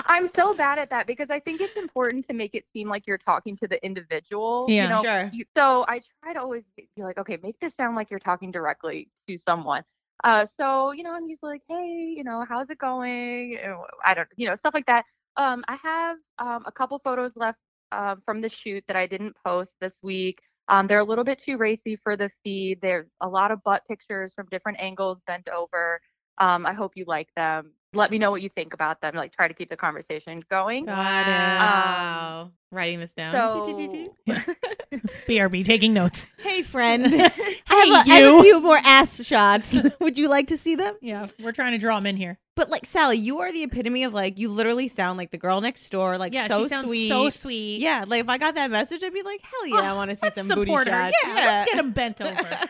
D: I'm so bad at that because I think it's important to make it seem like you're talking to the individual.
A: Yeah.
D: You know,
B: Sure.
D: you- so I try to always be be like, okay, make this sound like you're talking directly to someone. Uh, so you know, I'm usually like, hey, you know, how's it going? And wh- I don't, you know, stuff like that. Um, I have um, a couple photos left um, from the shoot that I didn't post this week. Um, they're a little bit too racy for the feed. There's a lot of butt pictures from different angles, bent over. Um, I hope you like them. Let me know what you think about them. Like, try to keep the conversation going.
A: Got it.
B: Wow. Writing this down.
A: <laughs>
D: So, <laughs>
A: Brb, taking notes.
B: hey friend.
A: hey
B: <laughs> I have, a, I have a
A: you.
B: few more ass shots. <laughs> Would you like to see them?
A: Yeah, we're trying to draw them in here.
B: But like Sally, you are the epitome of like you literally sound like the girl next door, like
A: yeah,
B: so
A: she sounds
B: sweet.
A: so sweet.
B: Yeah, like if I got that message, I'd be like, hell yeah, I
A: Oh,
B: want to see
A: Let's
B: some
A: support
B: booty
A: her.
B: shots.
A: Yeah, let's get them
B: <laughs>
A: bent over.
B: I-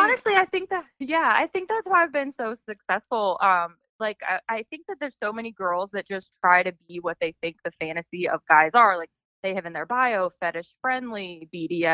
D: honestly i think that yeah i think that's why i've been so successful um like I, I think that there's so many girls that just try to be what they think the fantasy of guys are like they have in their bio fetish friendly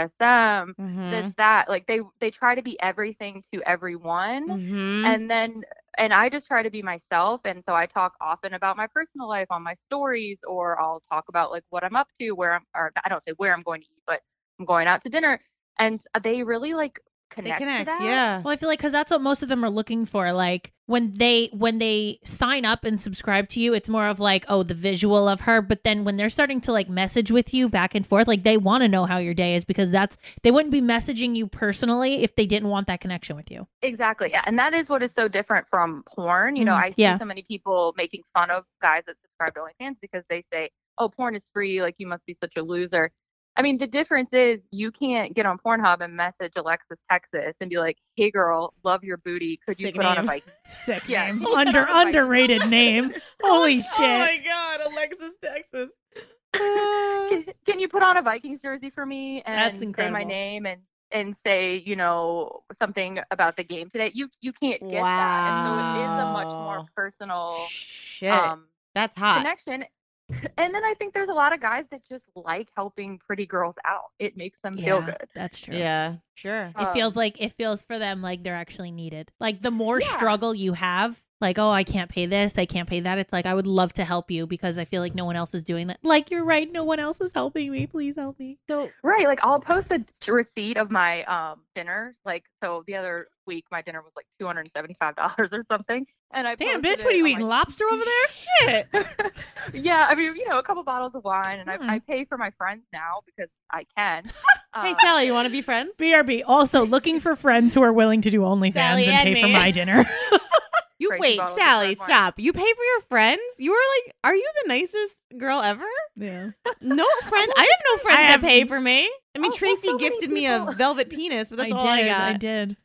D: bdsm
B: Mm-hmm.
D: this that like they they try to be everything to everyone
B: Mhm.
D: and then and i just try to be myself and so i talk often about my personal life on my stories or i'll talk about like what i'm up to where i'm or i don't say where i'm going to eat but i'm going out to dinner and they really like
B: they
D: connect,
B: connect,
D: to that.
B: yeah.
A: Well, I feel like because that's what most of them are looking for. Like when they when they sign up and subscribe to you, it's more of like, oh, the visual of her. But then when they're starting to like message with you back and forth, like they want to know how your day is because that's they wouldn't be messaging you personally if they didn't want that connection with you.
D: Exactly. Yeah. And that is what is so different from porn. You know,
A: Mhm.
D: I see
A: Yeah.
D: so many people making fun of guys that subscribe to OnlyFans because they say, oh, porn is free. Like, you must be such a loser. I mean, the difference is you can't get on Pornhub and message Alexis, Texas and be like, hey, girl, love your booty. Could you
B: Sick
D: put on a
B: name.
D: bike?
A: <laughs> Sick
D: Yeah. <laughs> name.
B: <laughs>
A: under underrated name. Holy shit!
B: Oh my god, Alexis, <laughs>
A: <sighs>
B: Texas. Uh,
D: can, can you put on a Vikings jersey for me and
A: That's
D: say my
A: incredible.
D: name and and say you know something about the game today? You you can't get that, and so it is a much more
B: Wow.
D: personal
B: Shit,
D: um,
B: that's hot.
D: connection. <laughs> And then I think there's a lot of guys that just like helping pretty girls out. It makes them feel
A: Yeah,
D: good.
A: That's true.
B: Yeah, sure.
A: It feels
D: Um,
A: like it feels for them like they're actually needed. Like the more
D: Yeah.
A: struggle you have, like oh I can't pay this, I can't pay that. It's like I would love to help you because I feel like no one else is doing that. Like you're right, no one else is helping me. Please help me.
B: So
D: Right. Like I'll post a t- receipt of my um dinner. Like so the other week my dinner was like two hundred and seventy five dollars or something. And I
A: Damn,
D: posted
A: bitch, what are
D: it.
A: you
D: I'm
A: eating?
D: like,
A: Lobster over there?
B: shit.
D: <laughs> yeah, I mean, you know, a couple bottles of wine, and
A: Hmm.
D: I, I pay for my friends now because I
A: <laughs>
D: can.
B: Hey
D: Um,
B: Sally, you want to be friends?
A: BRB. Also looking for friends who are willing to do OnlyFans
B: Sally
A: and
B: and
A: pay for
B: me.
A: <laughs> my dinner.
B: You
D: Crazy
B: wait,
D: bottles of
B: Sally,
D: red wine.
B: stop. You pay for your friends? You are like, are you the nicest girl ever?
A: yeah.
B: No friends. I have no friends
A: I
B: that
A: have-
B: pay for me. I mean,
D: Oh, well,
B: Tracy
D: so many
B: gifted me a
D: people-
B: velvet penis, but that's
A: I
B: all
A: did.
B: I got.
A: did.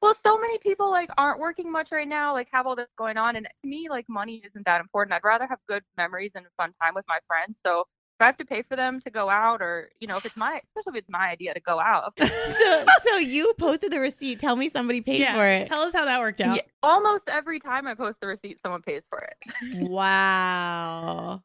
D: Well, so many people like aren't working much right now, like have all this going on, and to me, like money isn't that important. I'd rather have good memories and a fun time with my friends. So if I have to pay for them to go out, or you know, if it's my, especially if it's my idea to go out, of course,
B: so so you posted the receipt. Tell me somebody paid
A: yeah.
B: for it.
A: Tell us how that worked out.
D: Yeah, almost every time I post the receipt, someone pays for it.
B: Wow.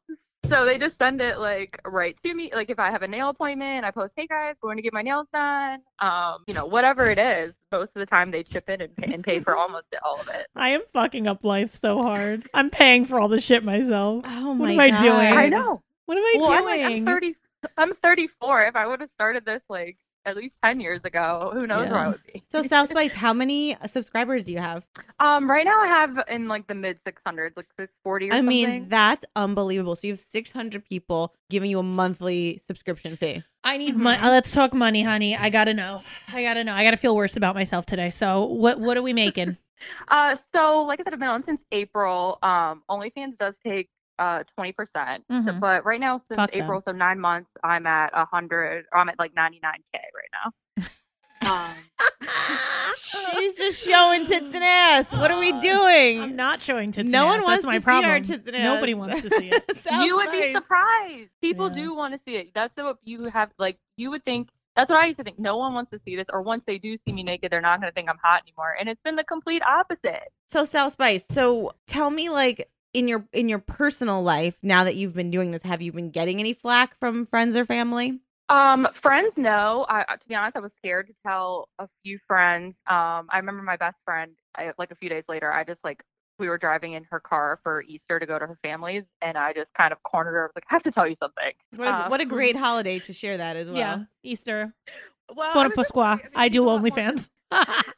D: so they just send it like right to me. Like if I have a nail appointment, I post, "Hey guys, going to get my nails done." Um, you know, whatever it is. Most of the time, they chip in and pay, and pay for almost all of it.
A: I am fucking up life so hard. I'm paying for all the shit myself.
B: Oh
A: What
B: my
A: am I doing?
B: God.
D: I know.
A: What am I
D: well, I'm, like,
A: doing?
D: I'm 30. I'm 34. If I would have started this like at least 10 years ago, who knows where
A: Yeah.
D: I would be.
B: So South Spice, how many subscribers do you have?
D: <laughs> Um, right now I have in like the mid 600s, like 640 or
B: I
D: something.
B: mean, that's unbelievable. So you have 600 people giving you a monthly subscription fee.
A: I need
D: Mhm.
A: money. Let's talk money, honey. I gotta know. I gotta know. I gotta feel worse about myself today. So what what are we <laughs> making?
D: uh, so like I said, I've been on since April. Um, OnlyFans does take uh 20%. So,
A: Mhm.
D: but right now since
A: Fuck them.
D: April, so nine months, I'm at 100. I'm at like 99k right
A: <laughs>
D: now. um,
B: She's just showing tits and ass. What are we doing?
A: Uh, I'm not showing tits.
B: no
A: and
B: one
A: ass.
B: wants
A: That's my
B: to
A: problem.
B: see our tits and ass.
A: Nobody wants to see
B: <laughs>
A: it.
B: South
D: you would be
B: Spice.
D: surprised. People
A: Yeah.
D: do want to see it. That's what you have. Like you would think. That's what I used to think. No one wants to see this, or once they do see me naked, they're not going to think I'm hot anymore. And it's been the complete opposite.
B: So South Spice, so tell me like in your in your personal life, now that you've been doing this, have you been getting any flack from friends or family?
D: Um, friends, no. I, I- to be honest, I was scared to tell a few friends. Um, I remember my best friend. I, like a few days later, I just like we were driving in her car for Easter to go to her family's, and I just kind of cornered her. I was like, I have to tell you something.
B: What a,
D: Uh,
B: what a great holiday to share that as well.
A: mm. Yeah, Easter,
D: Well, I
A: Buona
D: was just
A: Pasqua.
D: worried- mean,
A: I
D: she's
A: do
D: a lot more <laughs>
A: OnlyFans.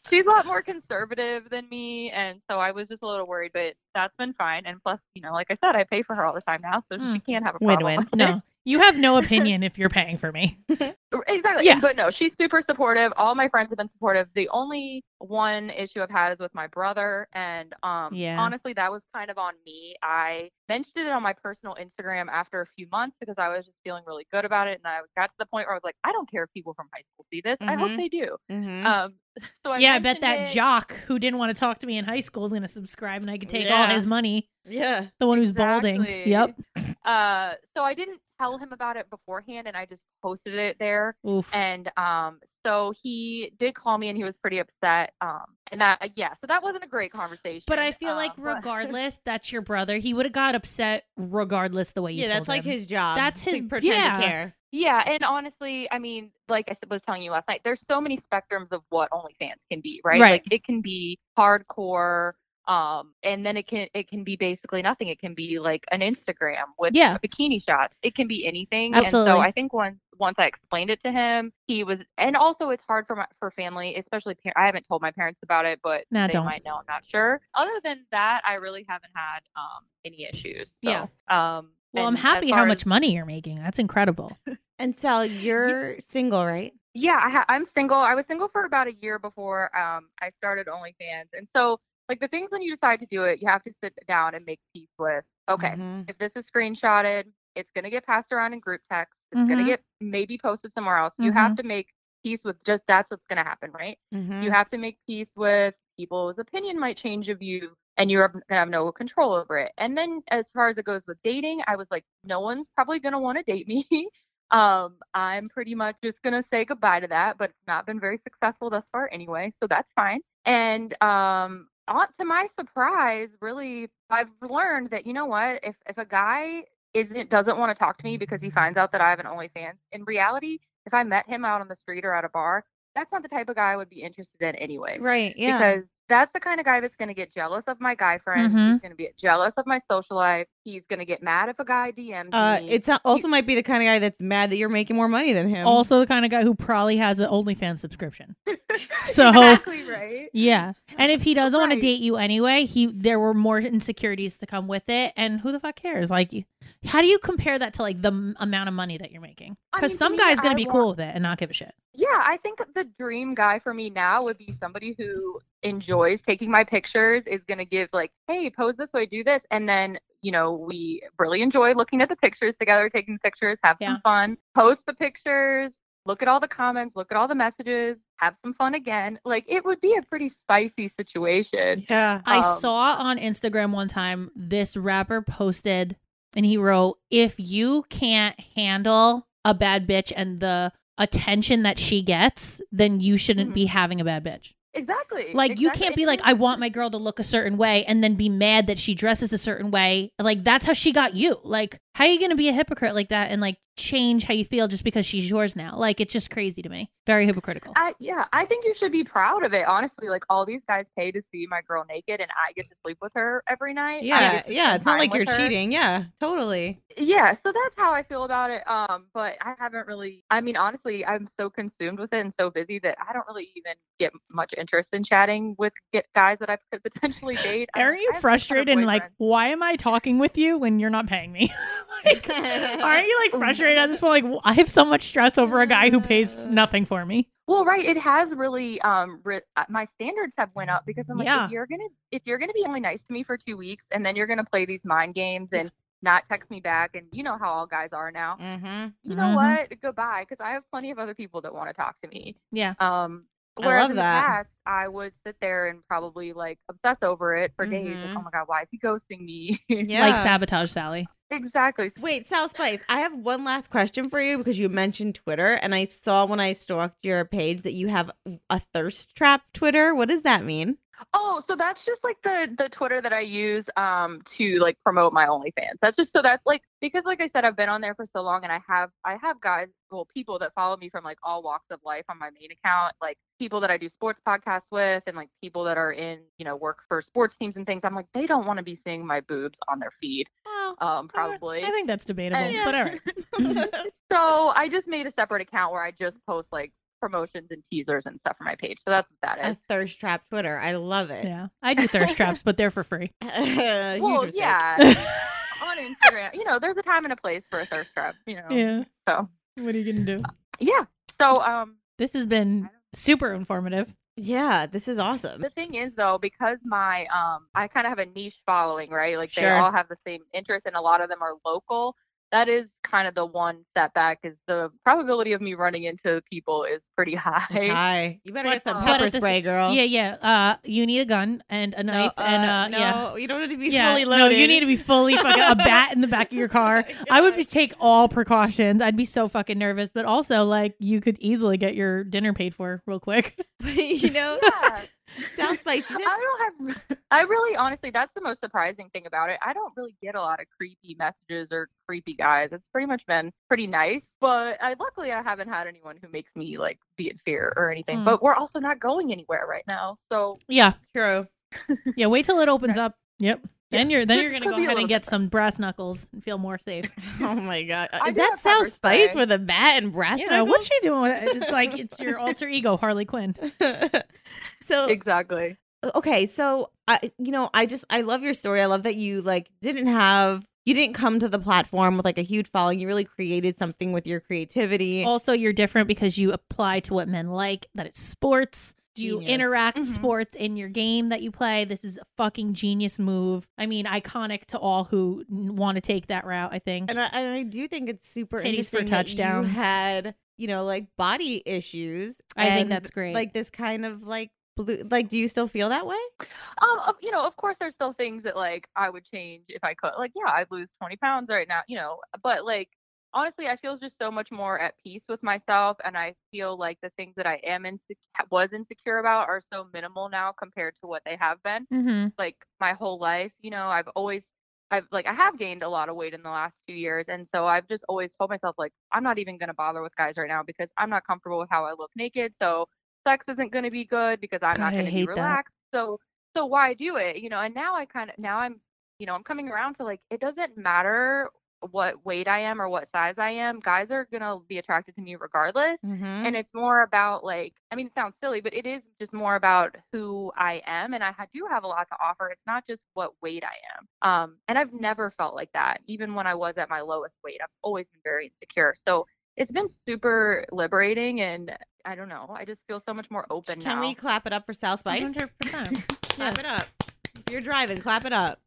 D: she's a lot more conservative than me and so i was just a little worried but that's been fine and plus you know like i said i pay for her all the time now so she
A: Mm.
D: can't have a
A: win
D: problem
A: win.
D: with it. <laughs>
A: No, <laughs> you have no opinion if you're paying for me.
D: exactly
A: Yeah.
D: but no she's super supportive all my friends have been supportive the only one issue i've had is with my brother and um
A: Yeah.
D: honestly that was kind of on me i mentioned it on my personal instagram after a few months because i was just feeling really good about it and i got to the point where i was like i don't care if people from high school see this i hope
B: Mhm.
D: they do
B: Mhm.
D: um <laughs> so I
A: Mm-hmm. yeah, I bet
D: mentioned
A: that
D: it.
A: jock who didn't want to talk to me in high school is going to subscribe, and I can take all
B: Yeah.
A: his money.
B: yeah.
A: The one who's balding.
D: Exactly.
A: Yep.
D: Uh, so I didn't tell him about it beforehand, and I just posted it there.
A: Oof.
D: And um, so he did call me, and he was pretty upset. Um, and that yeah, so that wasn't a great conversation.
A: But I feel like
D: <laughs> um, but-
A: regardless, that's your brother. He would have got upset regardless the way you
B: Yeah,
A: told
B: that's like
A: him.
B: his job.
A: That's
B: to
A: his-
B: pretend
A: yeah.
B: to care.
D: yeah, and honestly, I mean, like I s- was telling you last night, there's so many spectrums of what OnlyFans can be, right?
A: Right.
D: Like it can be hardcore. Um, and then it can it can be basically nothing. It can be like an Instagram with
A: Yeah.
D: bikini shots. It can be anything. And so
A: Absolutely.
D: I think once once I explained it to him, he was. And also, it's hard for my, for family, especially. Par- I haven't told my parents about it, but
A: Nah,
D: they
A: don't.
D: might know. I'm not sure. Other than that, I really haven't had um any issues. So,
A: Yeah.
D: Um.
A: Well, I'm
D: and as
A: happy how
D: far as-
A: much money you're making. That's incredible.
B: And Sal, you're single, right?
D: Yeah, I ha- I'm single. I was single for about a year before um, I started OnlyFans. And so, like, the things when you decide to do it, you have to sit down and make peace with, okay,
B: Mhm.
D: if this is screenshotted, it's going to get passed around in group text. It's going
A: Mhm.
D: to get maybe posted somewhere else. You have to make peace with just that's what's going to happen, right?
A: Mm-hmm.
B: Mhm.
D: You have to make peace with people's opinion might change of you and you're going to have no control over it. And then as far as it goes with dating, I was like, no one's probably going to want to date me. <laughs> um, I'm pretty much just going to say goodbye to that, but it's not been very successful thus far anyway. So that's fine. And um, on, to my surprise, really, I've learned that, you know what, if, if a guy isn't doesn't want to talk to me because he finds out that I have an OnlyFans, in reality, if I met him out on the street or at a bar, that's not the type of guy I would be interested in anyway.
B: Right. Yeah.
D: Because that's the kind of guy that's going to get jealous of my guy friends.
B: Mm-hmm.
D: He's going to be jealous of my social life. He's going to get mad if a guy DMs
B: uh,
D: me. <laughs>
B: it's also might be the kind of guy that's mad that you're making more money than him.
A: Also, the kind of guy who probably has an OnlyFans
D: <laughs>
A: subscription. so-
D: exactly right.
A: Yeah, and if he doesn't want to
D: Right.
A: date you anyway, he there were more insecurities to come with it. And who the fuck cares? Like, you- how do you compare that to like the m- amount of money that you're making?
D: I
A: Because
D: mean, to
A: some
D: me,
A: guy's
D: I
A: gonna be
D: want-
A: cool with it and not give a shit.
D: Yeah, I think the dream guy for me now would be somebody who enjoys taking my pictures, is going to give, like, hey, pose this way, do this. And then, you know, we really enjoy looking at the pictures together, taking pictures, have
A: Yeah.
D: some fun, post the pictures, look at all the comments, look at all the messages, have some fun again. Like, it would be a pretty spicy situation.
B: yeah.
A: I
D: Um,
A: saw on Instagram one time this rapper posted and he wrote, If you can't handle a bad bitch and the attention that she gets, then you shouldn't be having a bad bitch.
D: Exactly.
A: Like, you
D: Mm-hmm. exactly.
A: can't be
D: It's
A: like,
D: so
A: I
D: much-
A: want my girl to look a certain way and then be mad that she dresses a certain way. Like, that's how she got you. Like, how are you going to be a hypocrite like that and like change how you feel just because she's yours now? Like, it's just crazy to me. Very hypocritical.
D: I, yeah, I think you should be proud of it. Honestly, like all these guys pay to see my girl naked, and I get to sleep with her every night. I
B: Yeah,
D: get to
B: yeah.
D: spend
B: It's not
D: time
B: like
D: with
B: you're
D: her.
B: cheating. Yeah, <laughs> totally.
D: Yeah, so that's how I feel about it. Um, but I haven't really. I mean, honestly, I'm so consumed with it and so busy that I don't really even get much interest in chatting with get guys that I
B: <laughs>
D: could potentially date. I'm
A: Aren't
D: like,
A: you
D: I have a ton of
A: frustrated and like,
D: boyfriends.
A: why am I talking with you when you're not paying me? <laughs> like, aren't you like frustrated at this point? Like, w- I have so much stress over a guy who pays f- nothing for me.
D: Well, right. It has really um re- uh, my standards have went up because I'm like,
A: Yeah.
D: if you're gonna if you're gonna be only nice to me for two weeks and then you're gonna play these mind games and not text me back and you know how all guys are now.
B: Mm-hmm.
D: You know
A: Mhm.
D: what? Goodbye, because I have plenty of other people that want to talk to me.
A: Yeah.
D: Um.
B: I
D: Whereas
B: love
D: in the
B: that.
D: past, I would sit there and probably like obsess over it for days. Like,
B: Mhm.
D: oh my god, why is he ghosting me? <laughs>
B: Yeah.
A: Like sabotage Sally.
D: exactly.
B: Wait, Sal Spice, I have one last question for you because you mentioned Twitter, and I saw when I stalked your page that you have a thirst trap Twitter. What does that mean?
D: Oh, so that's just like the the Twitter that I use um to like promote my OnlyFans. That's just so that's like because like I said, I've been on there for so long, and I have I have guys, well, people that follow me from like all walks of life on my main account, like people that I do sports podcasts with, and like people that are in you know work for sports teams and things. I'm like, they don't want to be seeing my boobs on their feed,
B: Oh, Eh.
D: um, probably.
A: I think that's debatable,
D: And-
A: but all right.
B: <laughs>
A: <laughs>
D: so I just made a separate account where I just post like promotions and teasers and stuff for my page. So that's what that is.
B: a thirst trap Twitter. I love it.
A: Yeah. I do thirst traps, but they're for free.
B: <laughs> Yeah.
D: well, yeah. on Instagram. You know, there's a time and a place for a thirst trap. You know.
A: yeah.
D: So
A: What are you going
B: Uh,
A: to do?
D: yeah. So um,
A: This has been super informative.
B: Yeah, this is awesome.
D: the thing is though, because my um, I kind of have a niche following, right? Like they
B: Sure.
D: all have the same interests, and a lot of them are local. That is kind of the one setback. Is the probability of me running into people is pretty <laughs> high.
B: It's high. You better
A: But-
B: get some
D: but at
B: pepper
A: the s-
B: spray, girl.
A: Yeah, yeah. Uh, you need a gun and a knife and uh,
B: no,
A: yeah.
B: you don't need to be
A: yeah,
B: fully
A: No,
B: loaded. Oh
A: you need to be fully fucking a bat in the
B: <laughs>
A: back of your car. I would be, take all precautions. I'd be so fucking nervous, but also like you could easily get your dinner paid for real quick.
B: you know,
D: Yeah.
B: Sounds spicy. She says-
D: I don't have. I really, honestly, that's the most surprising thing about it. I don't really get a lot of creepy messages or creepy guys. It's pretty much been pretty nice, but I, luckily, I haven't had anyone who makes me like be in fear or anything.
A: Hmm.
D: But we're also not going anywhere right now, so
A: Yeah,
B: True.
A: yeah. Wait till it opens up. Yep. Then you're then
D: Could-
A: you're gonna
D: could
A: go
D: be a
A: ahead and
D: little
A: get
D: different.
A: some brass knuckles and feel more
D: <laughs>
A: safe.
B: <laughs> Oh my god,
D: I
B: is
D: do
B: that
D: have
B: Sal
D: pepper
B: Spice
D: spray.
B: with a bat and brass?
A: yeah, what's
B: knuckles?
A: she doing? with it? It's like it's your alter ego, Harley Quinn.
B: <laughs> so
D: exactly.
B: Uh, okay so i you know i just i love your story i love that you like didn't have you didn't come to the platform with like a huge following you really created something with your creativity
A: Also, you're different because you apply to what men like. That it's sports. You
B: Genius.
A: interact
D: Mhm.
A: sports in your game that you play. This is a fucking genius move. I mean, iconic to all who want to take that route. I think.
B: and I, and I do think it's super
A: Titties for
B: interesting that
A: touchdowns.
B: you had you know like body issues
A: I think
B: and,
A: that's great.
B: like this kind of like blue like do you still feel that way
D: Um, of- you know, of course, there's still things that like I would change if I could. Like, yeah, I'd lose 20 pounds right now, you know. But like, honestly, I feel just so much more at peace with myself, and I feel like the things that I am insecure was insecure about are so minimal now compared to what they have been
A: mm-hmm.
D: like my whole life. You know, I've always I've like I have gained a lot of weight in the last few years and so I've just always told myself like I'm not even going to bother with guys right now because I'm not comfortable with how I look naked. So sex isn't going to be good because I'm
A: God,
D: not
A: I
D: going to be
A: hate that.
D: relaxed. So so why do it? You know, and now I kind of now I'm you know, I'm coming around to like it doesn't matter what weight I am or what size I am. Guys are going to be attracted to me regardless
B: mm-hmm.
D: and it's more about like i mean it sounds silly but it is just more about who i am and i ha- do have a lot to offer it's not just what weight i am um and i've never felt like that even when i was at my lowest weight i've always been very insecure so it's been super liberating and i don't know i just feel so much more open
B: can
D: now
B: we clap it up for Sal Spice <laughs> clap it up if you're driving clap it up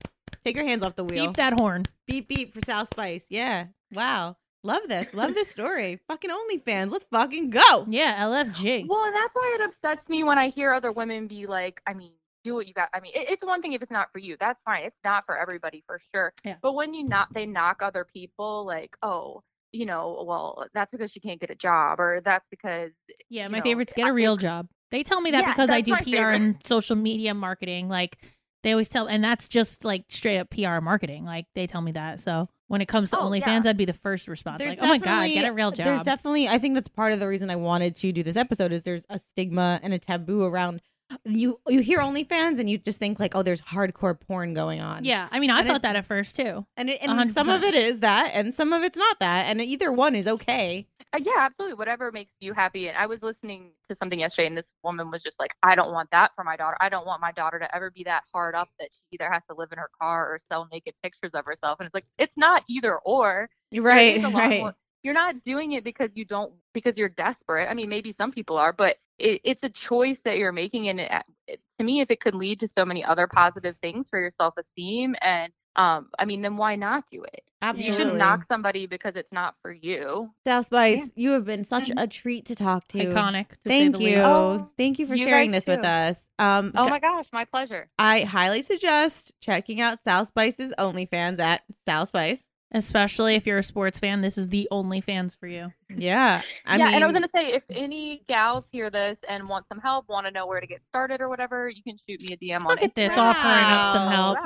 B: take your hands off the wheel
A: Keep that horn.
B: beep beep for South Spice. Yeah. Wow. Love this. Love this story. fucking OnlyFans. Let's fucking go.
A: Yeah, LFG.
D: well and that's why it upsets me when i hear other women be like i mean do what you got. I mean, it, it's one thing if it's not for you. That's fine. It's not for everybody for sure.
A: Yeah.
D: But when you knock, they knock other people like, oh, you know, well, that's because she can't get a job, or that's because
A: Yeah,
D: you
A: my
D: know,
A: favorite's get
D: I-
A: a real job. They tell me that
D: Yeah,
A: because I
D: that's
A: do
D: my
A: PR and social media marketing. Like they always tell, and that's just like straight up PR marketing. Like they tell me that. So when it comes to
D: Oh,
A: OnlyFans, I'd be the first response.
B: There's
A: Like, oh my god,
B: definitely-
A: get a real job.
B: There's definitely, I think that's part of the reason I wanted to do this episode is there's a stigma and a taboo around you. You hear OnlyFans and you just think like, oh, there's hardcore porn going on.
A: yeah, I mean, I
B: And
A: thought
B: it-
A: that at first too.
B: and, it, and some of
A: 100%.
B: it is that, and some of it's not that, and either one is okay.
D: Uh, yeah, absolutely. Whatever makes you happy. And I was listening to something yesterday, and this woman was just like, I don't want that for my daughter. I don't want my daughter to ever be that hard up that she either has to live in her car or sell naked pictures of herself. And it's like, it's not either or.
B: You're
D: There
B: right,
D: is a lot
B: right.
D: more- You're not doing it because you don't, because you're desperate. I mean, maybe some people are, but it, it's a choice that you're making. And it, it- to me, if it could lead to so many other positive things for your self esteem and, um, I mean, then why not do it?
B: Absolutely.
D: You shouldn't knock somebody because it's not for you.
B: South Spice, you have been such a treat to talk to.
A: Iconic. To
B: Thank
A: say the
B: you.
A: Least.
D: Oh,
B: Thank you for
D: you
B: sharing
D: guys
B: this with
D: too.
B: us. Um,
D: Oh my gosh, my pleasure.
B: I highly suggest checking out Sal Spice's OnlyFans at Sal Spice.
A: Especially if you're a sports fan, this is the OnlyFans for you.
B: Yeah. I
D: yeah,
B: mean,
D: and I was gonna say if any gals hear this and want some help, want to know where to get started or whatever, you can shoot me a DM on
A: Look at this,
B: Wow.
A: offering up some help.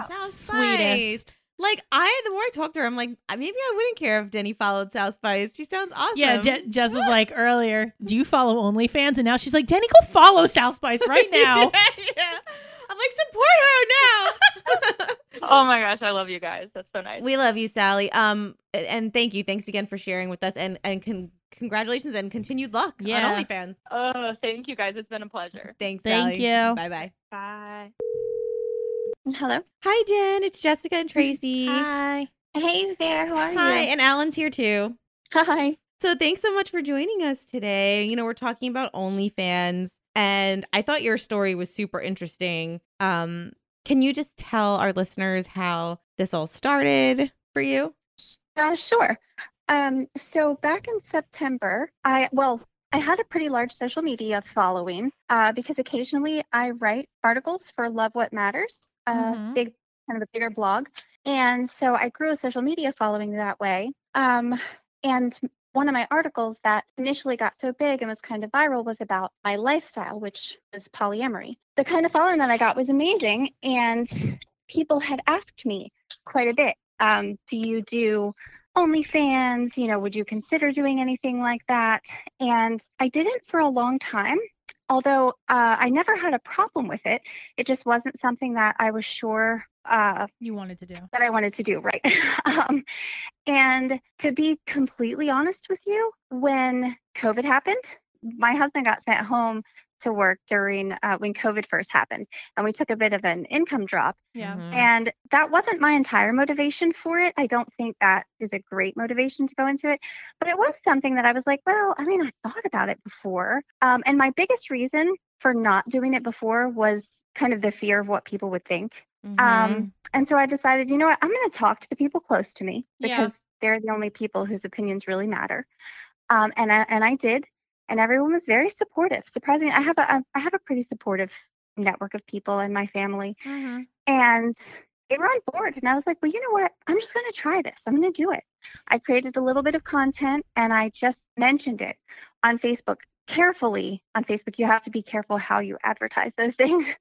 B: Wow.
A: Sweetest.
B: like, I, the more I talk to her, I'm like, "I- maybe I wouldn't care if Denny followed Sal Spice. She sounds awesome.
A: Yeah, Je- Jez was like earlier, do you follow OnlyFans? And now she's like, Danny, go follow South Spice
B: <laughs>
A: right now.
B: yeah. I'm like, support her now.
D: <laughs> Oh my gosh, I love you guys. That's so nice.
B: We love you, Sally. Um, a- and thank you. Thanks again for sharing with us, and and con- congratulations and continued luck
A: Yeah.
B: on OnlyFans.
D: oh, thank you guys. It's been a pleasure.
B: Thanks.
A: Thank you.
B: Bye bye.
D: Bye. Hello.
B: Hi, Jen. It's Jessica and Tracy.
A: Hi.
D: Hey there. How are
B: Hi, and Alan's here too.
D: <laughs> Hi.
B: So thanks so much for joining us today. You know, we're talking about OnlyFans, and I thought your story was super interesting. Um, can you just tell our listeners how this all started for you?
E: Uh, sure. Um, so back in September, I, well, I had a pretty large social media following uh, because occasionally I write articles for Love What Matters, uh,
A: Mhm.
E: big kind of a bigger blog, and so I grew a social media following that way. Um, and one of my articles that initially got so big and was kind of viral was about my lifestyle, which was polyamory. The kind of following that I got was amazing, and people had asked me quite a bit. Um, do you do OnlyFans? You know, would you consider doing anything like that? And I didn't for a long time, although uh, I never had a problem with it. It just wasn't something that I was sure uh,
A: You wanted to do.
E: that I wanted to do, right? <laughs> um, and to be completely honest with you, when COVID happened, my husband got sent home to work during uh, when COVID first happened, and we took a bit of an income drop.
A: Yeah.
E: And that wasn't my entire motivation for it. I don't think that is a great motivation to go into it, but it was something that I was like, well, I mean, I thought about it before. Um, and my biggest reason for not doing it before was kind of the fear of what people would think.
A: mm-hmm.
E: Um, and so I decided, you know what, I'm going to talk to the people close to me
A: Yeah.
E: because they're the only people whose opinions really matter. Um, and I, and I did, and everyone was very supportive. Surprisingly, I have a I have a pretty supportive network of people in my family, and they were on board. And I was like, well, you know what, I'm just going to try this. I'm going to do it. I created a little bit of content, and I just mentioned it on Facebook carefully. On Facebook, you have to be careful how you advertise those things. <laughs>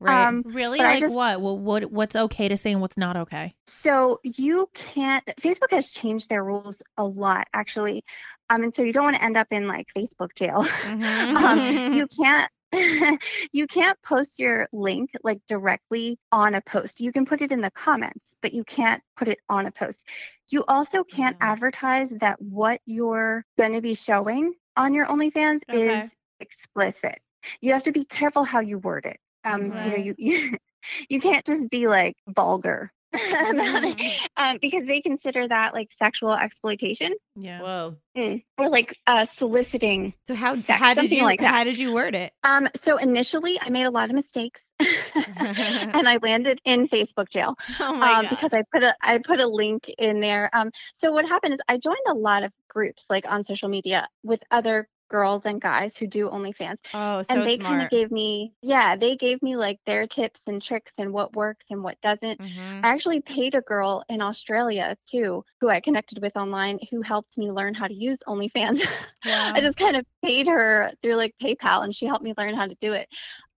E: Um,
B: Right.
A: Really?
E: But I
A: Like
E: just-
A: what? Well, what? What's okay to say and what's not okay?
E: So you can't. Facebook has changed their rules a lot, actually, um, and so you don't want to end up in like Facebook jail. <laughs> um, you can't. <laughs> you can't post your link like directly on a post. You can put it in the comments, but you can't put it on a post. You also can't
B: Wow.
E: advertise that what you're going to be showing on your OnlyFans
A: Okay.
E: is explicit. You have to be careful how you word it. Um, You know,
A: Right.
E: you, you <laughs> you can't just be like vulgar <laughs> about it um, because they consider that like sexual exploitation
A: Yeah.
B: Whoa.
E: or like uh, soliciting.
B: So how
E: Sex,
B: how did
E: something
B: you
E: like that.
B: how did you word it?
E: Um, so initially, I made a lot of mistakes, <laughs> and I landed in Facebook jail
B: <laughs> Oh
A: <laughs>
E: um, because I put a I put a link in there. Um, so what happened is I joined a lot of groups like on social media with other girls and guys who do OnlyFans.
B: Oh, so
E: and they kind
B: smart.
E: of gave me, yeah, they gave me like their tips and tricks and what works and what doesn't.
B: Mhm.
E: I actually paid a girl in Australia too, who I connected with online, who helped me learn how to use OnlyFans. <laughs>
B: Wow.
E: I just kind of paid her through like PayPal, and she helped me learn how to do it.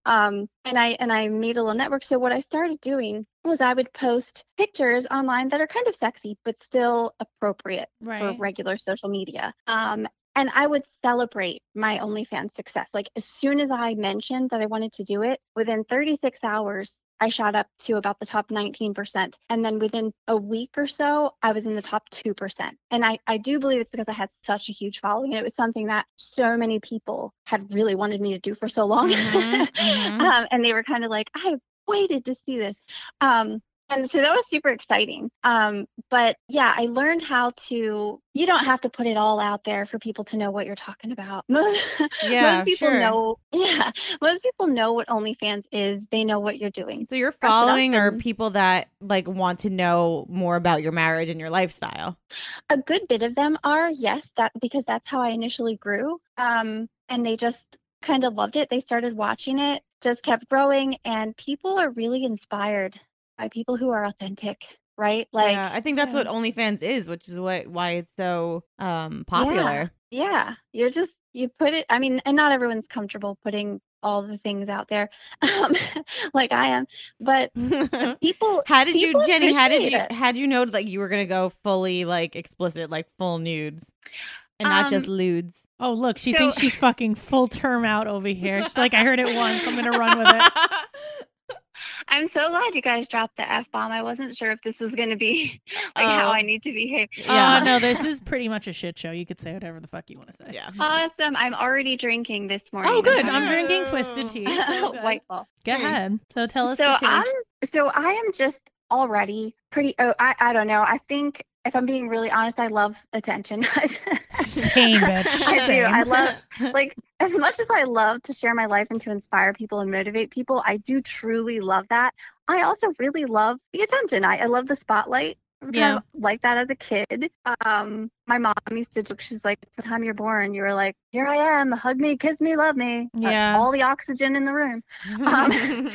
E: Um, and I and I made a little network. So what I started doing was I would post pictures online that are kind of sexy, but still appropriate for
A: Right.
E: regular social media. Um, and I would celebrate my OnlyFans success. Like as soon as I mentioned that I wanted to do it, within 36 hours, I shot up to about the top 19%. And then within a week or so, I was in the top 2%. And I, I do believe it's because I had such a huge following. And it was something that so many people had really wanted me to do for so long. <laughs>
B: Mhm, mhm.
E: um, and they were kind of like, I waited to see this. Um, and so that was super exciting. Um, but yeah, I learned how to, you don't have to put it all out there for people to know what you're talking about. <laughs> Most,
B: Yeah,
E: most people
B: sure.
E: know, <laughs> yeah, most people know what OnlyFans is. They know what you're doing.
B: So your
E: brush it up
B: following are
E: and-
B: people that like want to know more about your marriage and your lifestyle.
E: a good bit of them are yes that because that's how i initially grew um, and they just kind of loved it they started watching it just kept growing and people are really inspired by people who are authentic right like
B: yeah, I think that's what OnlyFans is, which is what why it's so um
E: <laughs>
B: popular.
E: yeah you're just you put it i mean and not everyone's comfortable putting all the things out there <laughs> um, like i am but people
B: how did you,
E: people
B: Jenny? How did you
E: appreciate it.
B: how did you know like you were gonna go fully like explicit, like full nudes, and not just
E: Um,
B: lewds?
A: Oh, look, she
E: So-
A: thinks she's fucking full term out over here. She's like, I heard it once. I'm going to run with
E: <laughs>
A: it.
E: i'm so glad you guys dropped the f-bomb i wasn't sure if this was going to be <laughs> like how
B: Oh.
E: i need to behave <laughs>
A: Yeah.
B: Yeah.
A: Oh, no, this is pretty much a shit show. You could say whatever the fuck you want to say.
B: yeah.
E: Awesome. I'm already drinking this morning.
A: Oh, good. I'm
E: having <laughs>
A: drinking Twisted Tea. So good.
E: White Claw.
A: Go
E: Oh, Hmm.
A: ahead. So tell us.
E: So
A: what you-
E: I'm so I am just already pretty oh I, I don't know. I think if I'm being really honest, I love
A: <laughs>
E: attention. <laughs>
A: Same, bitch.
E: I do. I
A: Same.
E: love like as much as I love to share my life and to inspire people and motivate people, I do truly love that. I also really love the attention. I, I love the spotlight. I was kind of like that as a kid. Um, my mom used to joke, she's like, the time you're born, you were like, here I am, hug me, kiss me, love me. That's
A: Yeah.
E: all the oxygen in the room. Um, <laughs>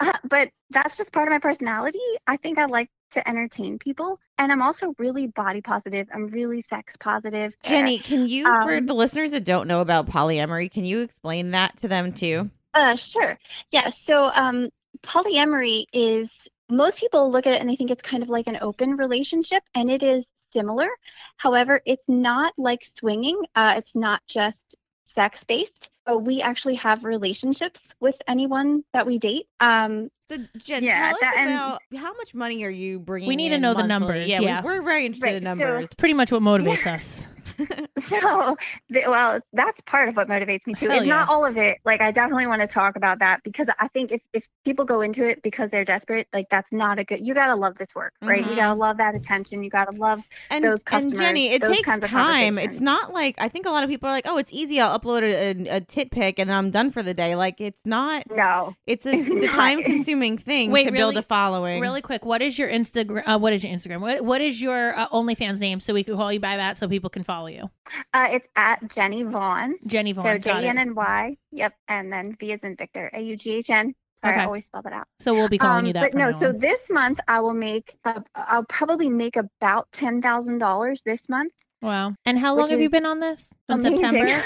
E: uh, but that's just part of my personality. I think I like to entertain people. And I'm also really body positive. I'm really sex positive.
B: <laughs> Jenny, can you for
E: Um,
B: the listeners that don't know about polyamory, can you explain that to them too?
E: Uh, sure. Yeah. So, um, polyamory is most people look at it and they think it's kind of like an open relationship, and it is similar. However, it's not like swinging. Uh, it's not just sex based, but we actually have relationships with anyone that we date. Um,
B: So, Jen,
E: Yeah,
B: tell us
E: that- and-
B: about how much money are you bringing?
A: We need to
B: in
A: know the
B: monthly?
A: numbers,
B: Yeah,
A: yeah.
B: We, are very interested in
E: Right, so-
B: numbers.
A: <laughs> It's pretty much what motivates us.
E: <laughs> So, th well, that's part of what motivates me too.
A: Hell
E: It's not all of it. Like, I definitely want to talk about that because I think if if people go into it because they're desperate, like that's not a good. You gotta love this work, right? You
A: Mm-hmm.
E: gotta love that attention. You gotta love.
B: and,
E: those
B: and
E: customers,
B: Jenny, it
E: those
B: takes
E: kinds of
B: time. It's
E: conversations.
B: not like I think a lot of people are like, "Oh, it's easy. I'll upload a, a, a tit pic and I'm done for the day." Like it's not.
E: No,
B: It's a
E: It's
B: it's
E: <laughs>
B: a
E: not.
B: time consuming thing
A: Wait,
B: to build
A: really-
B: a following. <laughs>
A: Really <laughs> quick, what is your Instagram? Uh, what is your Instagram? What, what is your uh, OnlyFans name so we could call you by that so people can follow you?
E: uh, it's at Jenny Vaughn.
A: Jenny Vaughn.
E: So
A: got
E: J E N
A: it.
E: N Y. Yep, and then V is in Victor. A U G H N. Sorry,
A: Okay.
E: I always spell that out.
A: So we'll be calling
E: Um,
A: you that.
E: but
A: from
E: no,
A: now
E: so
A: on.
E: this month I will make. Uh, I'll probably make about ten thousand dollars this month.
A: wow. And how long
E: which
A: have you
E: is
A: been on this? Since
E: Amazing.
A: September.
E: <laughs>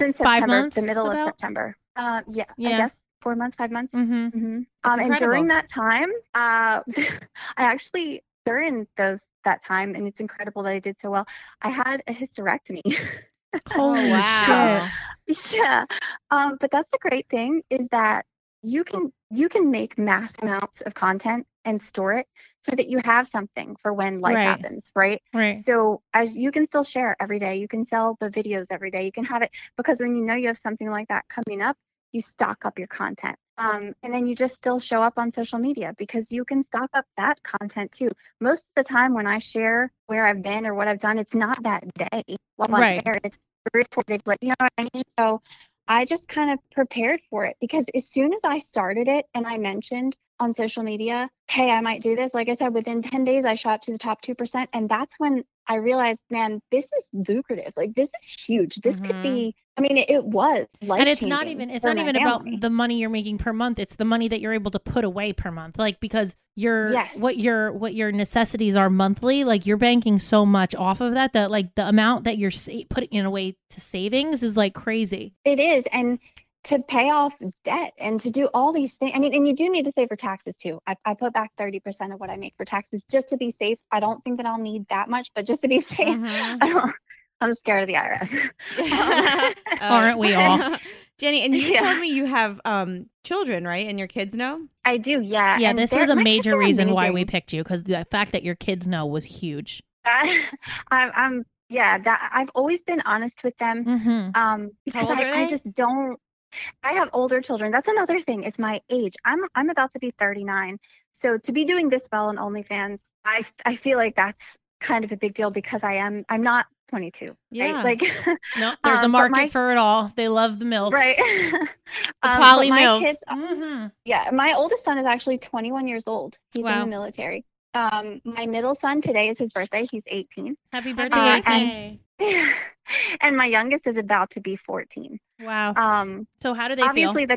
E: Since
A: Five
E: September,
A: months,
E: the middle
A: about?
E: of September. Uh, yeah,
A: Yeah.
E: I guess four months, five months.
A: Mm-hmm.
E: hmm Um, and
B: incredible.
E: during that time, uh, <laughs> I actually during those that time, and it's incredible that I did so well. I had a hysterectomy. <laughs> Oh,
A: Holy
B: wow.
A: shit.
E: yeah, um, but that's the great thing is that you can you can make mass amounts of content and store it so that you have something for when life
A: Right.
E: happens, right?
A: Right.
E: So as you can still share every day, you can sell the videos every day. You can have it because when you know you have something like that coming up, you stock up your content. Um, and then you just still show up on social media because you can stock up that content too. Most of the time when I share where I've been or what I've done, it's not that day while
A: Right.
E: I'm there. It's three, four days later. You know what I mean? So I just kind of prepared for it because as soon as I started it and I mentioned on social media, hey, I might do this, like I said, within 10 days, I shot to the top 2%. And that's when I realized, man, this is lucrative. Like this is huge. This
B: Mhm.
E: could be. I mean, it, it was life.
A: Mm-hmm. and it's not even it's not even about the money you're making per month it's the money that you're able to put away per month like because your
E: Yes.
A: what your what your necessities are monthly like you're banking so much off of that that like the amount that you're sa- putting in away to savings is like crazy
E: It is, and to pay off debt and to do all these things. I mean, and you do need to save for taxes too. I, I put back thirty percent of what I make for taxes just to be safe. I don't think that I'll need that much, but just to be <laughs> safe,
B: Mhm.
A: Mm-hmm.
E: I don't. I'm scared of the IRS.
A: Aren't we <laughs> all?
B: Jenny, and you
E: Yeah.
B: told me you have um children, right? And your kids know?
E: <laughs> I do, yeah.
A: yeah
E: and
A: this
E: they're-
A: was a
E: my kids
A: major
E: are
A: reason why we
E: amazing.
A: picked you because the fact that your kids know was huge
E: I, <laughs> I'm, I'm, yeah. That I've always been honest with them.
A: mm-hmm.
E: um because
B: old are
E: I,
B: they?
E: I just don't i have older children that's another thing is my age i'm i'm about to be 39 so to be doing this well on onlyfans i i feel like that's kind of a big deal because i am i'm not 22
B: Yeah.
E: right like <laughs>
A: no there's a
E: Um, but
A: market
E: my-
A: for it all they love the
B: <laughs>
A: milk <laughs>
E: right
A: the
E: <laughs> Um,
A: poly
E: but my
A: milf.
E: kids
B: Mm-hmm.
A: Mhm.
E: yeah my oldest son is actually 21 years old he's in
A: Wow.
E: the military um my middle son today is his birthday he's 18
A: happy birthday
E: Uh,
A: AT.
E: and- <laughs> and my youngest is about to be 14
A: wow
E: um
A: so how do they
E: obviously the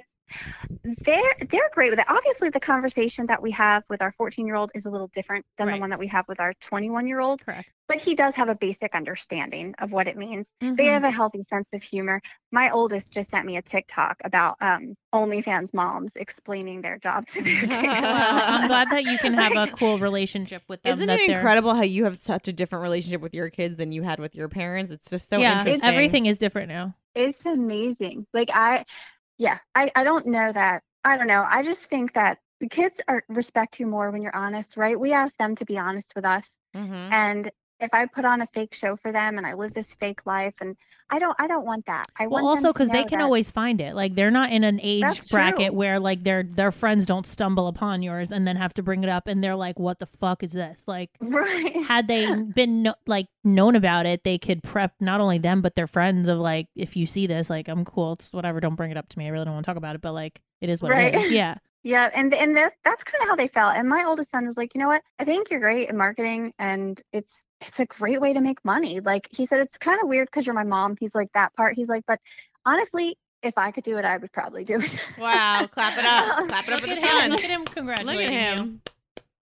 E: they're they're great with it. Obviously, the conversation that we have with our 14 year old is a little different than
A: Right.
E: the one that we have with our 21 year old.
A: Correct.
E: But he does have a basic understanding of what it means.
A: feel
E: They
A: Mhm.
E: have a healthy sense of humor. My oldest just sent me a TikTok about um, OnlyFans moms explaining their job
A: <laughs>
E: to their kids.
A: Wow, I'm glad that you can have a
E: Like-
A: cool relationship with them.
B: Isn't
A: that
B: it
A: they're-
B: incredible how you have such a different relationship with your kids than you had with your parents? It's just so
A: yeah,
B: interesting.
A: everything is different now.
E: <laughs> It's amazing. Like I, yeah, I, I don't know that. I don't know. I just think that the kids are respect you more when you're honest, right? We ask them to be honest with us.
B: Mhm.
E: and if i put on a fake show for them and i live this fake life and i don't i don't want that i
A: Well,
E: want
A: also because
E: because
A: they can always find it. Like they're not in an age
E: That's
A: bracket
E: true.
A: where like their their friends don't stumble upon yours and then have to bring it up, and they're like, "What the fuck is this?" Like.
E: <laughs> right
A: Had they been no- like known about it, they could prep not only them but their friends of like, if you see this, like I'm cool, it's whatever. Don't bring it up to me. I really don't want to talk about it, but like it is what
E: Right.
A: it
B: <laughs>
A: is. Yeah,
E: yeah and and that, that's kind of how they felt and my oldest son was like you know what i think you're great in marketing and it's it's a great way to make money like he said it's kind of weird because you're my mom he's like that part he's like but honestly if i could do it i would probably do it
B: Wow, clap it
E: <laughs>
B: up. Clap it up
A: look
B: for the
A: at him.
B: sun.
A: Look at him
B: Look
A: congratulating
B: at
A: you.
B: him.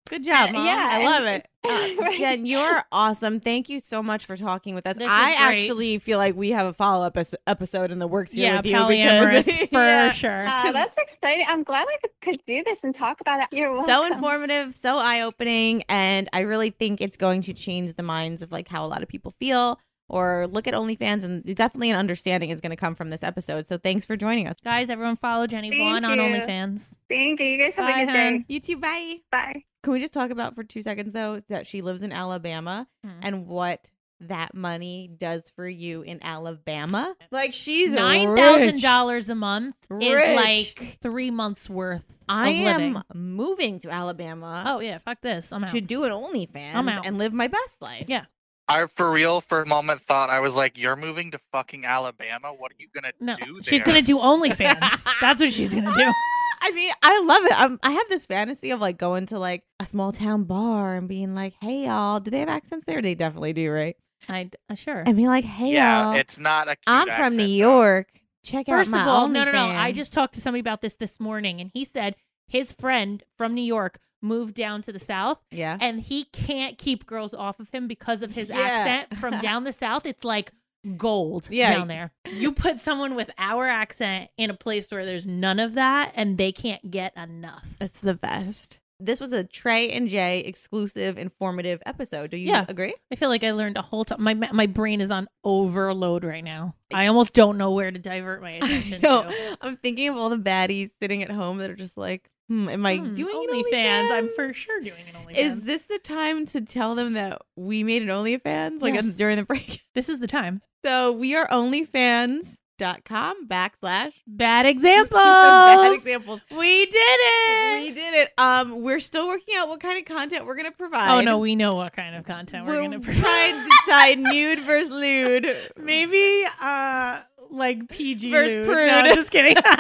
B: Good job, mom.
E: yeah,
B: I
E: and-
B: love it. Uh,
E: <laughs> Right.
B: Jen, you're awesome. Thank you so much for talking with us.
A: This was
B: I
A: great.
B: actually feel like we have a follow up episode in the works here
A: Yeah,
B: with you because <laughs>
A: polyamorous for
B: Yeah.
A: sure.
E: uh, that's exciting i'm glad i could, could do this and talk about it you're welcome.
B: so informative, so eye opening, and I really think it's going to change the minds of like how a lot of people feel or look at OnlyFans, and definitely an understanding is going to come from this episode. So thanks for joining us,
A: Guys, everyone follow Jenny
E: Thank
A: Vaughn on
E: you.
A: OnlyFans.
E: thank you you guys have
A: Bye,
E: a good
A: hon.
E: day
B: You too. Bye.
E: bye
B: Can we just talk about for two seconds though that she lives in Alabama
A: Mhm.
B: and what that money does for you in Alabama? Like she's
A: Nine
B: rich.
A: thousand dollars a month
B: Rich.
A: is like three months worth.
B: I
A: of
B: am
A: Living.
B: moving to Alabama
A: Oh yeah, fuck this. I'm out.
B: to do an OnlyFans
A: I'm out.
B: and live my best life.
A: Yeah.
C: I for real for a moment thought I was like, "You're moving to fucking Alabama. What are you gonna
A: no,
C: do?" There?
A: she's gonna
C: <laughs>
A: do OnlyFans. That's what she's gonna do.
B: <laughs> I mean, I love it. I'm, I have this fantasy of like going to like a small town bar and being like, "Hey y'all, do they have accents there? They definitely do, right?"
A: <laughs> I uh, sure.
B: And be like, "Hey
C: yeah,
B: y'all,
C: it's not a. Cute
B: I'm from
C: accent,
B: New
C: though.
B: York. Check
A: First
B: out my
A: of all, no, no, no.
B: OnlyFans."
A: I just talked to somebody about this this morning, and he said his friend from New York moved down to the south,
B: yeah.
A: and he can't keep girls off of him because of his
B: Yeah.
A: accent <laughs> from down the south. It's like gold
B: Yeah.
A: down there. You put someone with our accent in a place where there's none of that and they can't get enough.
B: It's the best. This was a Trey and Jay exclusive, informative episode. Do you
A: Yeah.
B: <laughs> agree?
A: I feel like I learned a whole ton. My my brain is on overload right now. I almost don't know where to divert <laughs>
B: <laughs>
A: my attention
B: No,
A: to.
B: I'm thinking of all the baddies sitting at home that are just like, hmm, am I
A: Hmm,
B: doing an
A: OnlyFans? I'm for
B: OnlyFans?
A: sure doing an OnlyFans.
B: Is this the time to tell them that we made an OnlyFans? Like
A: Yes.
B: <laughs> during the break?
A: this is the time.
B: So we are onlyfans.com backslash
A: Bad examples.
B: <laughs> bad examples.
A: We did it.
B: We did it. Um, we're still working out what kind of content we're gonna provide.
A: oh no, we know what kind of content we're,
B: we're <laughs>
A: gonna
B: trying
A: provide. <laughs>
B: to decide nude versus lewd. <laughs>
A: Maybe uh like PG
B: Verse
A: lewd.
B: prude. <laughs>
A: No, just kidding. <laughs>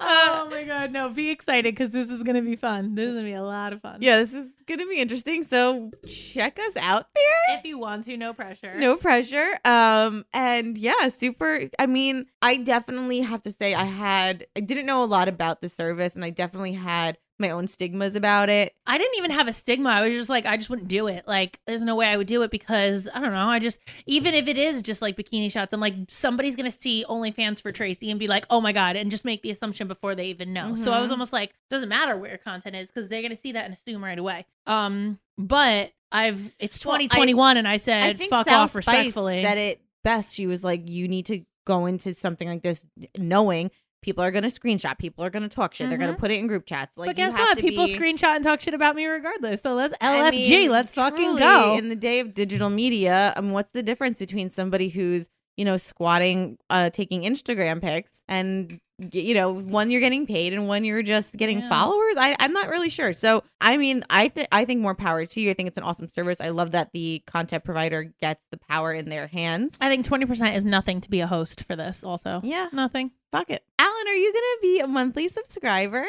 A: oh my god, no! Be excited because this is gonna be fun. This is gonna be a lot of fun.
B: Yeah, this is going to be interesting. So check us out there.
A: If you want to, no pressure.
B: No pressure. Um, and yeah, super. I mean, I definitely have to say I had I didn't know a lot about the service, and I definitely had my own stigmas about it.
A: I didn't even have a stigma. I was just like, I just wouldn't do it. Like, there's no way I would do it because I don't know. I just, even if it is just like bikini shots, I'm like, somebody's going to see OnlyFans for Tracy and be like, oh my God, and just make the assumption before they even know. So I was
B: Mhm.
A: almost like, doesn't matter what your content is because they're going to see that and assume right away. Um, but I've, it's
B: Well, I-
A: 2021 and I said, fuck
B: Sal
A: off
B: Spice
A: respectfully.
B: said it best. She was like, "You need to go into something like this knowing people are going to screenshot, people are going to talk shit, they're going to put it in group chats." Like,
A: Mm-hmm. but
B: you
A: guess
B: have
A: what?
B: to
A: People
B: be-
A: screenshot and talk shit about me regardless. So let's LFG.
B: I mean,
A: let's fucking
B: truly,
A: go.
B: In the day of digital media, um, what's the difference between somebody who's you know squatting, uh, taking Instagram pics, and y- you know one you're getting paid and one you're just getting
A: Yeah.
B: followers? I, I'm not really sure. So I mean, I think I think more power to you. I think it's an awesome service. I love that the content provider gets the power in their hands.
A: I think 20% is nothing to be a host for this, also.
B: yeah,
A: Nothing.
B: fuck it, Alan. Are you gonna be a monthly subscriber?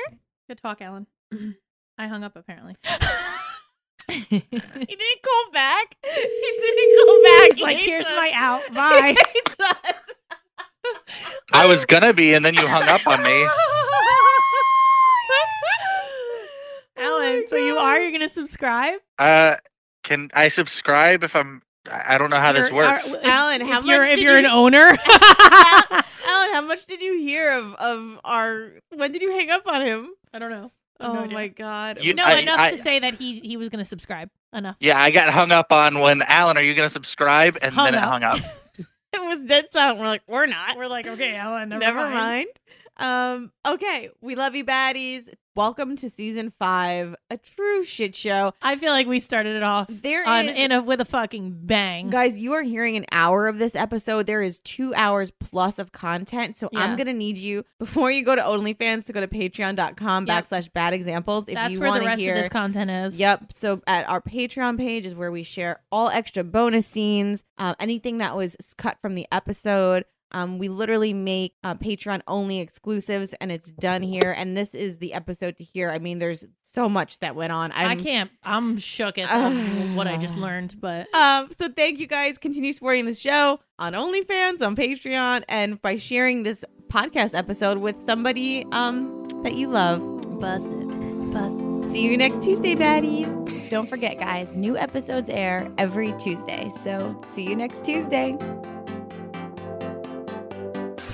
A: Good talk, Alan. I hung up apparently.
B: Mm-hmm. <laughs> He didn't call
A: <laughs>
B: back. He didn't call back.
A: He's like, here's my
B: <laughs>
A: out.
B: Bye.
A: Bye.
C: I was gonna be, and then you hung up on
A: <laughs>
C: me.
B: Oh
A: Alan, so you are you're gonna subscribe?
C: Uh, can I subscribe if I'm? I I don't know how this
A: You're- are-
C: works.
A: w-
B: Alan,
A: if
B: how
A: you're,
B: much
A: if
B: did
A: you're an
B: you-
A: owner?
B: Al- <laughs> Alan, how much did you hear of of our? When did you hang up on him?
A: I don't know. I have
B: Oh
A: no idea.
B: my god!
C: You-
A: No,
C: I-
A: enough
C: I-
A: to say that he he was gonna subscribe. Enough.
C: Yeah, I got hung up on when Alan, are you gonna subscribe? And
A: Hung
C: then it
A: up.
C: hung
A: <laughs>
C: up.
B: <laughs> it was dead silent. We're like, we're not.
A: We're like, okay, Alan,
B: never, mind. Um. Okay, we love you, baddies. Welcome to season five, a true shit show.
A: I feel like we started it off
B: There
A: on
B: is-
A: in a with a fucking bang.
B: Guys, you are hearing an hour of this episode. There is two hours plus of content. So I'm
A: Yeah.
B: going to need you, <laughs> before you go to OnlyFans, to go to patreon.com
A: Yep.
B: backslash bad examples. If
A: That's
B: you
A: where
B: want
A: the
B: to
A: rest
B: hear.
A: of this content is.
B: Yep. So at our Patreon page is where we share all extra bonus scenes, um, anything that was s- cut from the episode. Um, we literally make uh, Patreon only exclusives, and it's done here. And this is the episode to hear. I mean, there's so much that went on. I'm,
A: I'm, I can not I'm shook at <sighs> um, what I just learned, but
B: Um, so thank you guys. Continue supporting the show on OnlyFans, on Patreon, and by sharing this podcast episode with somebody um, that you love.
A: buzz it, buzz.
B: See you next Tuesday, baddies.
F: Don't forget, guys, new episodes air every Tuesday. So see you next Tuesday.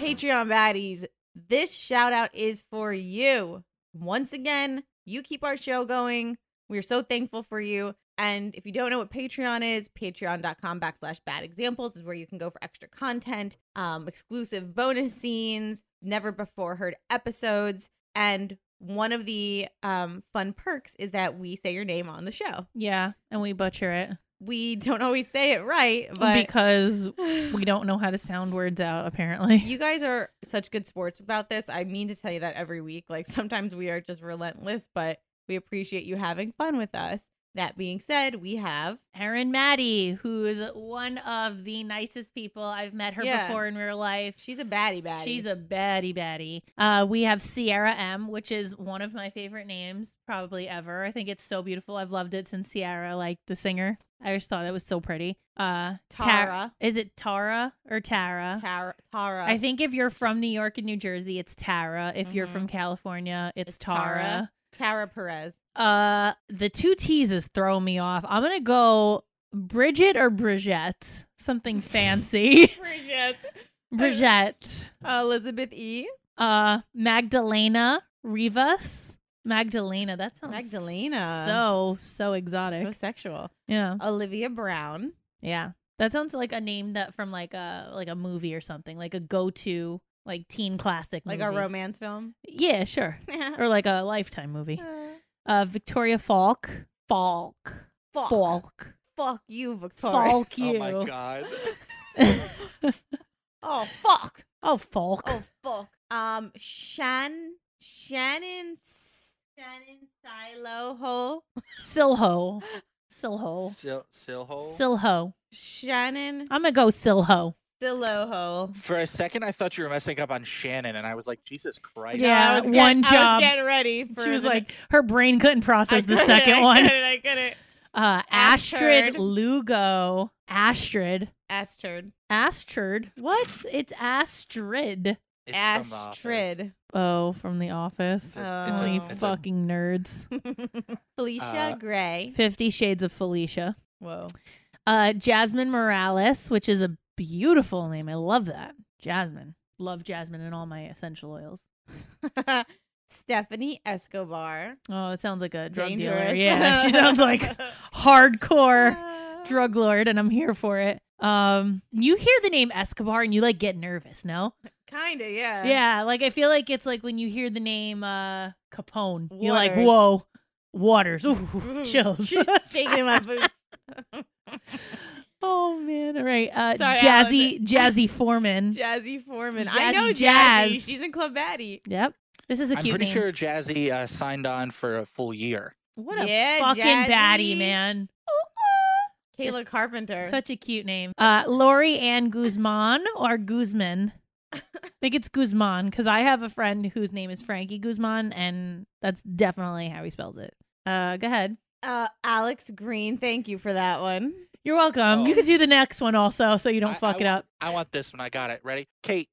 B: Patreon baddies, this shout out is for you. Once again, you keep our show going. We're so thankful for you. And if you don't know what Patreon is, patreon.com backslash bad examples is where you can go for extra content, um, exclusive bonus scenes, never before heard episodes. And one of the um, fun perks is that we say your name on the show.
A: Yeah, and we butcher it
B: We don't always say it right, but
A: Um, because we don't know how to sound words out.
B: <sighs>
A: Apparently,
B: You guys are such good sports about this. I mean to tell you that every week. Like <laughs> sometimes we are just relentless, but we appreciate you having fun with us. That being said, we have
A: Erin Maddie, who is one of the nicest people I've met her
B: Yeah.
A: before in real life.
B: she's a baddie baddie.
A: She's a baddie baddie. Uh, we have Sierra M, which is one of my favorite names probably ever. I think it's so beautiful. I've loved it since Sierra, like the singer. I just thought it was so pretty. Uh, Tar-
B: Tara.
A: is it Tara or Tara?
B: Tara. Tara.
A: I think if you're from New York and New Jersey, it's Tara. If you're
B: Mhm.
A: from California, it's,
B: It's Tara. <laughs>
A: Tara.
B: Tara Perez.
A: Uh, the two T's is throwing me off. I'm gonna go Bridget or Bridgette,
B: <laughs>
A: something fancy. <laughs>
B: Bridget.
A: Bridgette.
B: Elizabeth E.
A: Uh, Magdalena Rivas. Magdalena. That sounds
B: Magdalena.
A: So so exotic.
B: So sexual.
A: yeah,
B: Olivia Brown.
A: yeah. That sounds like a name that from like a like a movie or something, like a go-to like teen classic,
B: Like
A: movie.
B: a romance film. <laughs>
A: Yeah, sure. Or like a lifetime movie. Uh, Victoria Falk. Falk.
B: Fuck.
A: Falk.
B: Fuck you, Victoria.
A: Falk you.
C: Oh my god.
B: Oh fuck.
A: <laughs> oh, Falk.
B: Oh fuck. Um, Shan Shannon Shannon Silo Hole.
A: Silho. Silho.
C: Sil- Silhole.
A: Silho.
B: Shannon
A: I'm going to go Silho.
B: Stillo hole.
C: For a second, I thought you were messing up on Shannon, and I was like, Jesus Christ.
A: Yeah,
B: I was get-
A: one
B: I was
A: job.
B: getting ready. For
A: She was
B: the-
A: like, her brain
B: <laughs>
A: couldn't
B: I
A: process the
B: couldn't,
A: second
B: I
A: one.
B: couldn't, I couldn't.
A: Uh, Astrid
B: Astrid.
A: Lugo. Astrid.
B: Ass turd.
A: Astrid. What? It's Astrid.
C: It's from The Office.
B: Astrid.
A: Oh, from The Office.
C: It's a- it's
A: Oh,
C: a-
A: you
C: it's a-
A: fucking nerds.
B: <laughs> Felicia
C: Uh,
B: Gray.
A: Fifty Shades of Felicia.
B: Whoa.
A: Uh, Jasmine Morales, which is a beautiful name. I love that. Jasmine. Love Jasmine and all my essential oils.
B: Stephanie Escobar.
A: Oh, it sounds like a drug dealer.
B: Dangerous.
A: Yeah, she sounds
B: <laughs>
A: like hardcore
B: Uh,
A: drug lord, and I'm here for it. Um, you hear the name Escobar and you like get nervous, no?
B: Kinda, yeah.
A: Yeah, like I feel like it's like when you hear the name uh Capone, you're like,
B: Waters.
A: whoa, Waters, ooh,
B: <laughs> Ooh,
A: chills.
B: She's shaking
A: <laughs>
B: my boots.
A: oh man, all right. Uh,
B: Sorry,
A: Jazzy,
B: Alan. <laughs>
A: Jazzy Foreman.
B: Jazzy Foreman.
A: Jazzy
B: I know
A: Jazz.
B: Jazzy. She's in Club Batty.
A: yep, this is a
C: I'm
A: cute
C: pretty
A: name.
C: sure Jazzy uh, signed on for a full year.
A: What a
B: yeah,
A: fucking
B: Jazzy.
A: baddie, man.
B: Kayla Carpenter.
A: Such a cute name. Uh, Lori Ann Guzman or Guzman. I think it's Guzman because I have a friend whose name is Frankie Guzman, and that's definitely how he spells it. Uh, go ahead.
B: uh, Alex Green. Thank you for that one.
A: You're welcome. You
C: Oh.
A: can do the next one also, so you don't
C: I-
A: fuck
C: I
A: it
C: wa-
A: up.
C: I want this one. I got it. Ready? Kate.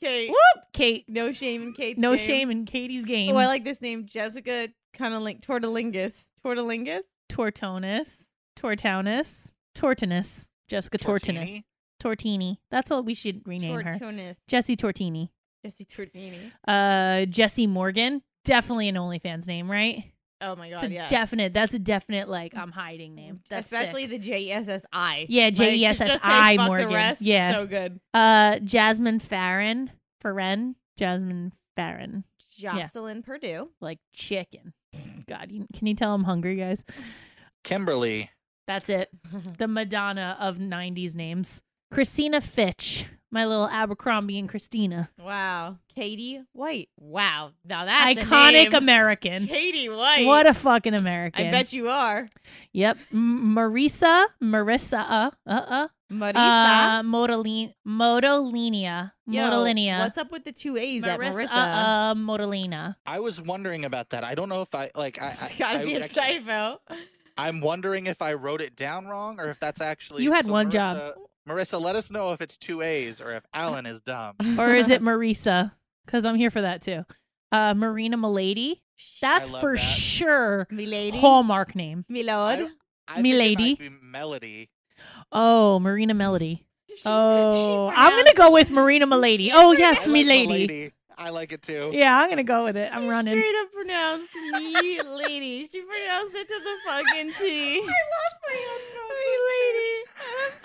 B: Kate.
A: Whoop, Kate.
B: No shame in Kate's
A: No
B: game.
A: shame in Katie's game.
B: Oh, I like this name, Jessica Cunniling Tortolingus. Tortolingus.
A: Tortonis, Tortownus, Tortinus, Jessica Tortinus,
C: Tortini?
A: Tortini. That's what we should rename her.
B: Tortonis.
A: Jessie Tortini.
B: Jesse Tortini.
A: Uh, Jesse Morgan. Definitely an OnlyFans name, right?
B: Oh my god,
A: It's a
B: yes.
A: definite. That's a definite. Like I'm hiding name. That's
B: Especially
A: sick.
B: the J E S S I.
A: Yeah, E J.E.S.S.I. Morgan.
B: The rest,
A: Yeah.
B: so good.
A: uh Jasmine Farron, Farren, Jasmine Farron,
B: Jocelyn Purdue.
A: like chicken. God, you, can you tell I'm hungry, guys?
C: Kimberly.
A: That's it.
B: <laughs>
A: The Madonna of '90s names. Christina Fitch, my little Abercrombie and Christina,
B: Wow, Katie White. Wow, now that's a
A: iconic
B: name.
A: American.
B: Katie White.
A: What a fucking American!
B: I bet you are
A: Yep, M- Marisa, Marissa, uh, uh, uh,
B: Marisa.
A: uh Modolin, Modolinia,
B: Yo,
A: Modolinia.
B: What's up with the two A's at Marissa?
A: Uh, uh, Modolina.
C: I was wondering about that. I don't know if I like. I,
A: <laughs>
C: I,
B: Gotta
C: I
B: be a
C: actually-
A: uh,
B: typo. <laughs>
C: I'm wondering if I wrote it down wrong or if that's actually.
A: You had
C: so
A: one
C: Marissa,
A: job.
C: Marissa, let us know if it's two A's or if Alan is
A: <laughs>
C: dumb.
A: or
G: <laughs>
A: is it Marisa? Because I'm here for that too. Uh, Marina Milady. That's
C: love
A: for
C: that.
A: sure <laughs>
B: Milady?
A: hallmark name.
B: Milord?
C: I think it might
A: Milady.
C: be Melody.
A: Oh, Marina Melody. Oh, I'm gonna go with Marina Milady. Oh
C: I
A: yes,
C: like
A: Milady.
C: I like it too.
A: Yeah, I'm gonna go with it. I'm running.
B: Straight up pronounced
A: <laughs>
B: me lady. She pronounced it to the fucking T. I lost my
A: <laughs>
B: headphones. Me lady.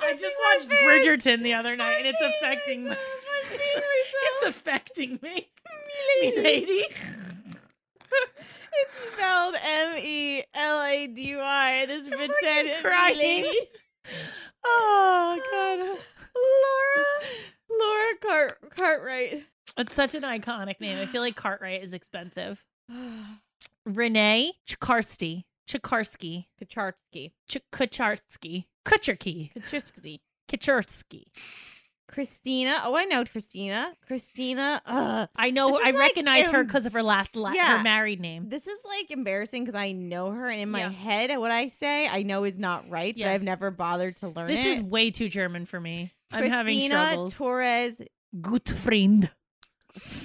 A: I just watched Bridgerton the other night, and it's affecting me. <laughs> It's, it's affecting me. <laughs> Me lady. <laughs>
B: It's spelled M E L A D Y. This bitch said me
A: crying.
B: lady.
A: <laughs>
B: <laughs>
A: Oh god.
B: Laura. Laura Cart Cartwright.
A: It's such an iconic name. I feel like Cartwright
B: <sighs>
A: is expensive. Renee Chikarsky. Chikarsky.
B: Kacharsky.
A: Ch- Kucharski. Kucherki.
B: Kacharsky.
A: Kuchersky.
B: Christina. Oh, I know Christina. Christina. Ugh.
A: I know.
B: This is
A: I
B: like,
A: recognize her
B: um,
A: because of her last, la- her
B: yeah.
A: married name.
B: This is like embarrassing because I know her, and in my
A: Yeah.
B: head, what I say I know is not right, but
A: Yes.
B: I've never bothered to learn
A: This
B: it.
A: is way too German for me. I'm
B: Christina
A: having struggles.
B: Torres.
A: Gutfried.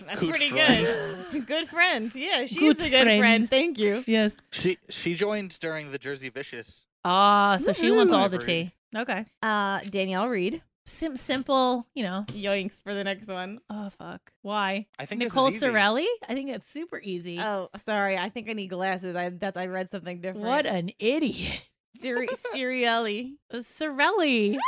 B: That's
C: Good
B: pretty
C: friend.
B: good. good friend. Yeah, she's
A: Good
B: a good friend.
A: friend.
B: Thank you.
A: <laughs> Yes.
C: She she joined during the Jersey Vicious.
A: Ah, so she wants
C: Woohoo.
A: all the
C: Flavored.
A: tea. Okay.
B: Uh, Danielle Reed.
A: Sim- simple, you know.
B: Yoinks for the next one.
A: Oh, fuck. Why?
C: I think this is
A: Nicole
C: easy.
A: Sorelli? I think that's super easy.
B: Oh, sorry. I think I need glasses. I that I read something different. <laughs>
A: what an idiot. Uh,
B: Siri- Sirielli. <laughs>
A: Sorelli.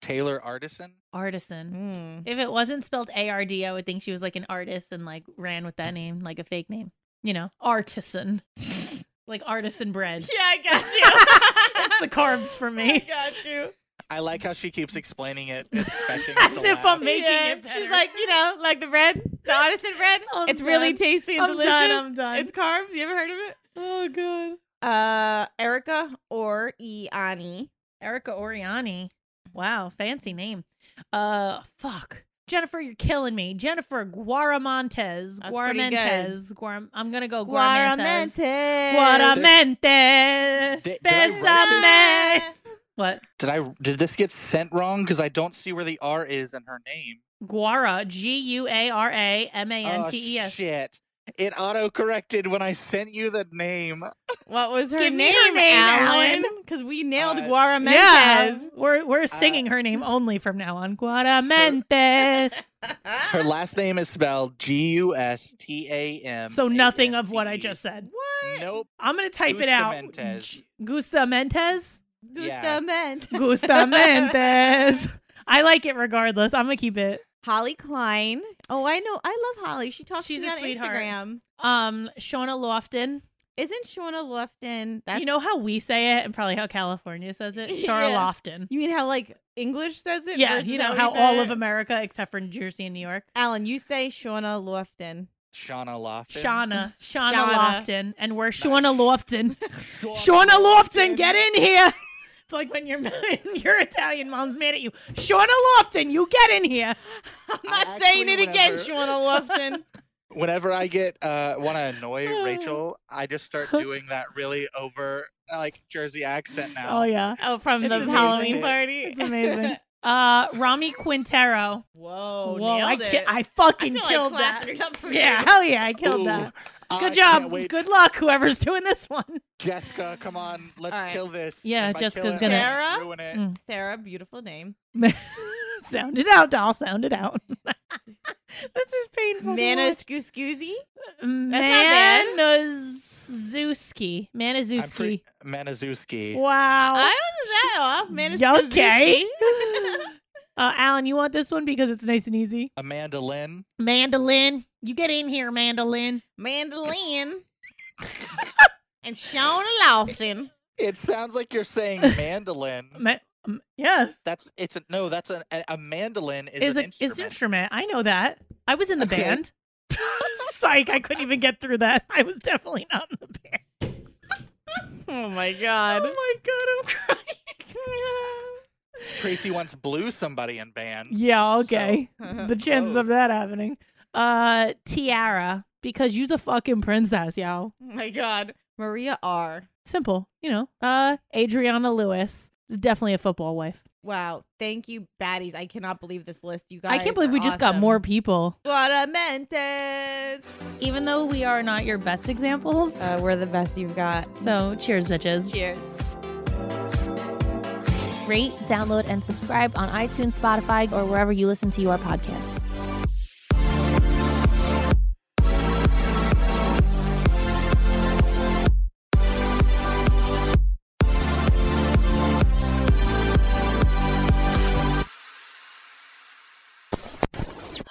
C: Taylor Artisan.
B: Mm.
A: Artisan. If it wasn't spelled A R D, I would think she was like an artist and like ran with that name, like a fake name. You know, artisan. <laughs> like artisan <laughs> bread.
B: Yeah, I got
A: <laughs> That's the
B: you.
A: carbs
B: <laughs>
A: for
B: I
A: me.
B: got you.
C: I like how she keeps explaining
A: <laughs>
C: it, expecting us
A: As
C: to
A: if
C: laugh.
A: I'm making
B: Yeah,
A: it. Better.
B: She's like, you know, like the bread, the artisan bread.
A: <laughs> I'm
B: it's really
A: done.
B: tasty and
A: I'm
B: delicious.
A: done. I'm done.
B: It's carbs. You ever heard of it?
A: oh god.
B: Uh, Erica or Iani.
A: Erica Oriani. Wow, fancy name. Uh, fuck. Jennifer, you're killing me. Jennifer Guaramontes.
B: That's pretty good.
A: Guaramontes. Guaram- I'm going to go Guaramontes.
B: Guaramente.
A: Guaramontes.
C: Did- did I
A: Besame. What?
C: Did I did this get sent wrong? Because I don't see where the R is in her name.
A: Guara. G U A R A M A N
C: Oh,
A: T E S.
C: shit. It auto corrected when I sent you the name.
B: What was her
A: Give me
B: name,
A: her name,
B: Alan?
A: Alan.
B: <laughs> Because we nailed
C: Uh,
B: Guaramentes.
A: Yeah, we're we're singing her name only from now on. Guaramentes.
C: <laughs> Her last name is spelled G U S T A M. E.
A: so nothing of what I just said.
C: Nope.
A: I'm gonna type it out.
C: Gustamentes.
A: Gustamentes.
C: Yeah.
B: <laughs>
A: Gustamentes. I like it regardless. I'm gonna keep it.
B: Holly Klein. Oh, I know. I love Holly. She talks
A: She's
B: to
A: a
B: me on
A: sweetheart.
B: Instagram.
A: Um, Shauna Lofton.
B: Isn't Shauna Lofton? That's,
A: you know how we say it, and probably how California
B: <laughs>
A: says it. Shara
B: Yeah.
A: Lofton.
B: You mean how like English says it?
A: Yeah,
B: versus
A: you know
B: we
A: how
B: say
A: all
B: it?
A: of America, except for New Jersey and New York.
B: Alan, you say Shauna Lofton.
C: Shauna Lofton. <laughs>
A: Shauna,
B: <laughs>
A: Shauna,
B: Shauna.
A: Lofton, and we're
C: Nice.
A: Shauna
B: <laughs>
A: Lofton. Shauna Lofton, get in here. <laughs> It's like when your <laughs> your Italian mom's mad at you. Shauna Lofton, you get
B: <laughs>
A: in here.
B: I'm
C: I
B: not
C: actually
B: saying it again,
C: whenever-
B: Shauna Lofton. <laughs>
C: Whenever I get uh want to annoy
A: <sighs>
C: Rachel, I just
A: <laughs>
C: start doing that really over uh, like Jersey accent now.
A: Oh yeah,
B: oh, from
A: It's
B: the
A: amazing.
B: Halloween party. <laughs>
A: it's amazing. Uh, Rami Quintero.
B: Whoa,
A: Whoa, I,
B: Oh, nailed
A: ki-
B: it.
A: I
B: I
A: fucking
B: feel like
A: killed
B: clapping it
A: that.
B: up for
A: yeah,
B: you.
A: hell yeah, I killed
C: Ooh,
A: that.
C: I
A: Good
C: can't
A: job.
C: wait.
A: Good luck, whoever's doing this one. <laughs>
C: Jessica, come on, let's
B: right.
C: kill this.
A: Yeah,
C: If I kill
A: Jessica's
C: it,
A: gonna-
C: I'll ruin it.
A: Mm.
B: Sarah, beautiful name.
A: sound it out, doll. Sound it out. <laughs> this is painful. to
B: Mana
A: watch.
B: Scusi. bad.
A: Manazuski.
C: I'm
A: Manazuski.
C: pretty- Manazuski.
A: wow.
B: I wasn't that off. Mana
A: Yeah, <laughs> okay.
B: Scusi.
A: uh, Alan, you want this one because it's nice and easy.
C: Amanda Lynn.
A: Mandolin, you get in here, Mandolin.
B: Mandolin. and Shauna Lofton.
C: It sounds like you're
A: <laughs>
C: saying mandolin.
A: Ma- um, yeah,
C: That's it's a no. That's a a, a mandolin is,
A: is
C: an
A: a
C: instrument.
A: is instrument. I know that. I was in the
C: Okay.
A: band. <laughs> Psych! I couldn't even get through that. I was definitely not in the band.
B: Oh my god.
A: Oh my god, I'm crying.
C: <laughs> Tracy once blew somebody in band.
A: Yeah,
C: So-
A: okay. the chances
C: Close.
A: of that happening. Uh Tiara, because you's a fucking princess, y'all.
B: Oh my god. Maria R.
A: Simple, you know. Uh Adriana Lewis is definitely a football wife.
B: Wow. Thank you, baddies. I cannot believe this list. You guys.
A: I can't believe
B: are
A: we just got
B: awesome.
A: more people.
B: Guaramentes.
A: Even though we are not your best examples.
B: Uh, we're the best you've got.
A: so cheers, bitches.
F: Cheers.
G: Rate, download, and subscribe on iTunes, Spotify, or wherever you listen to your podcast.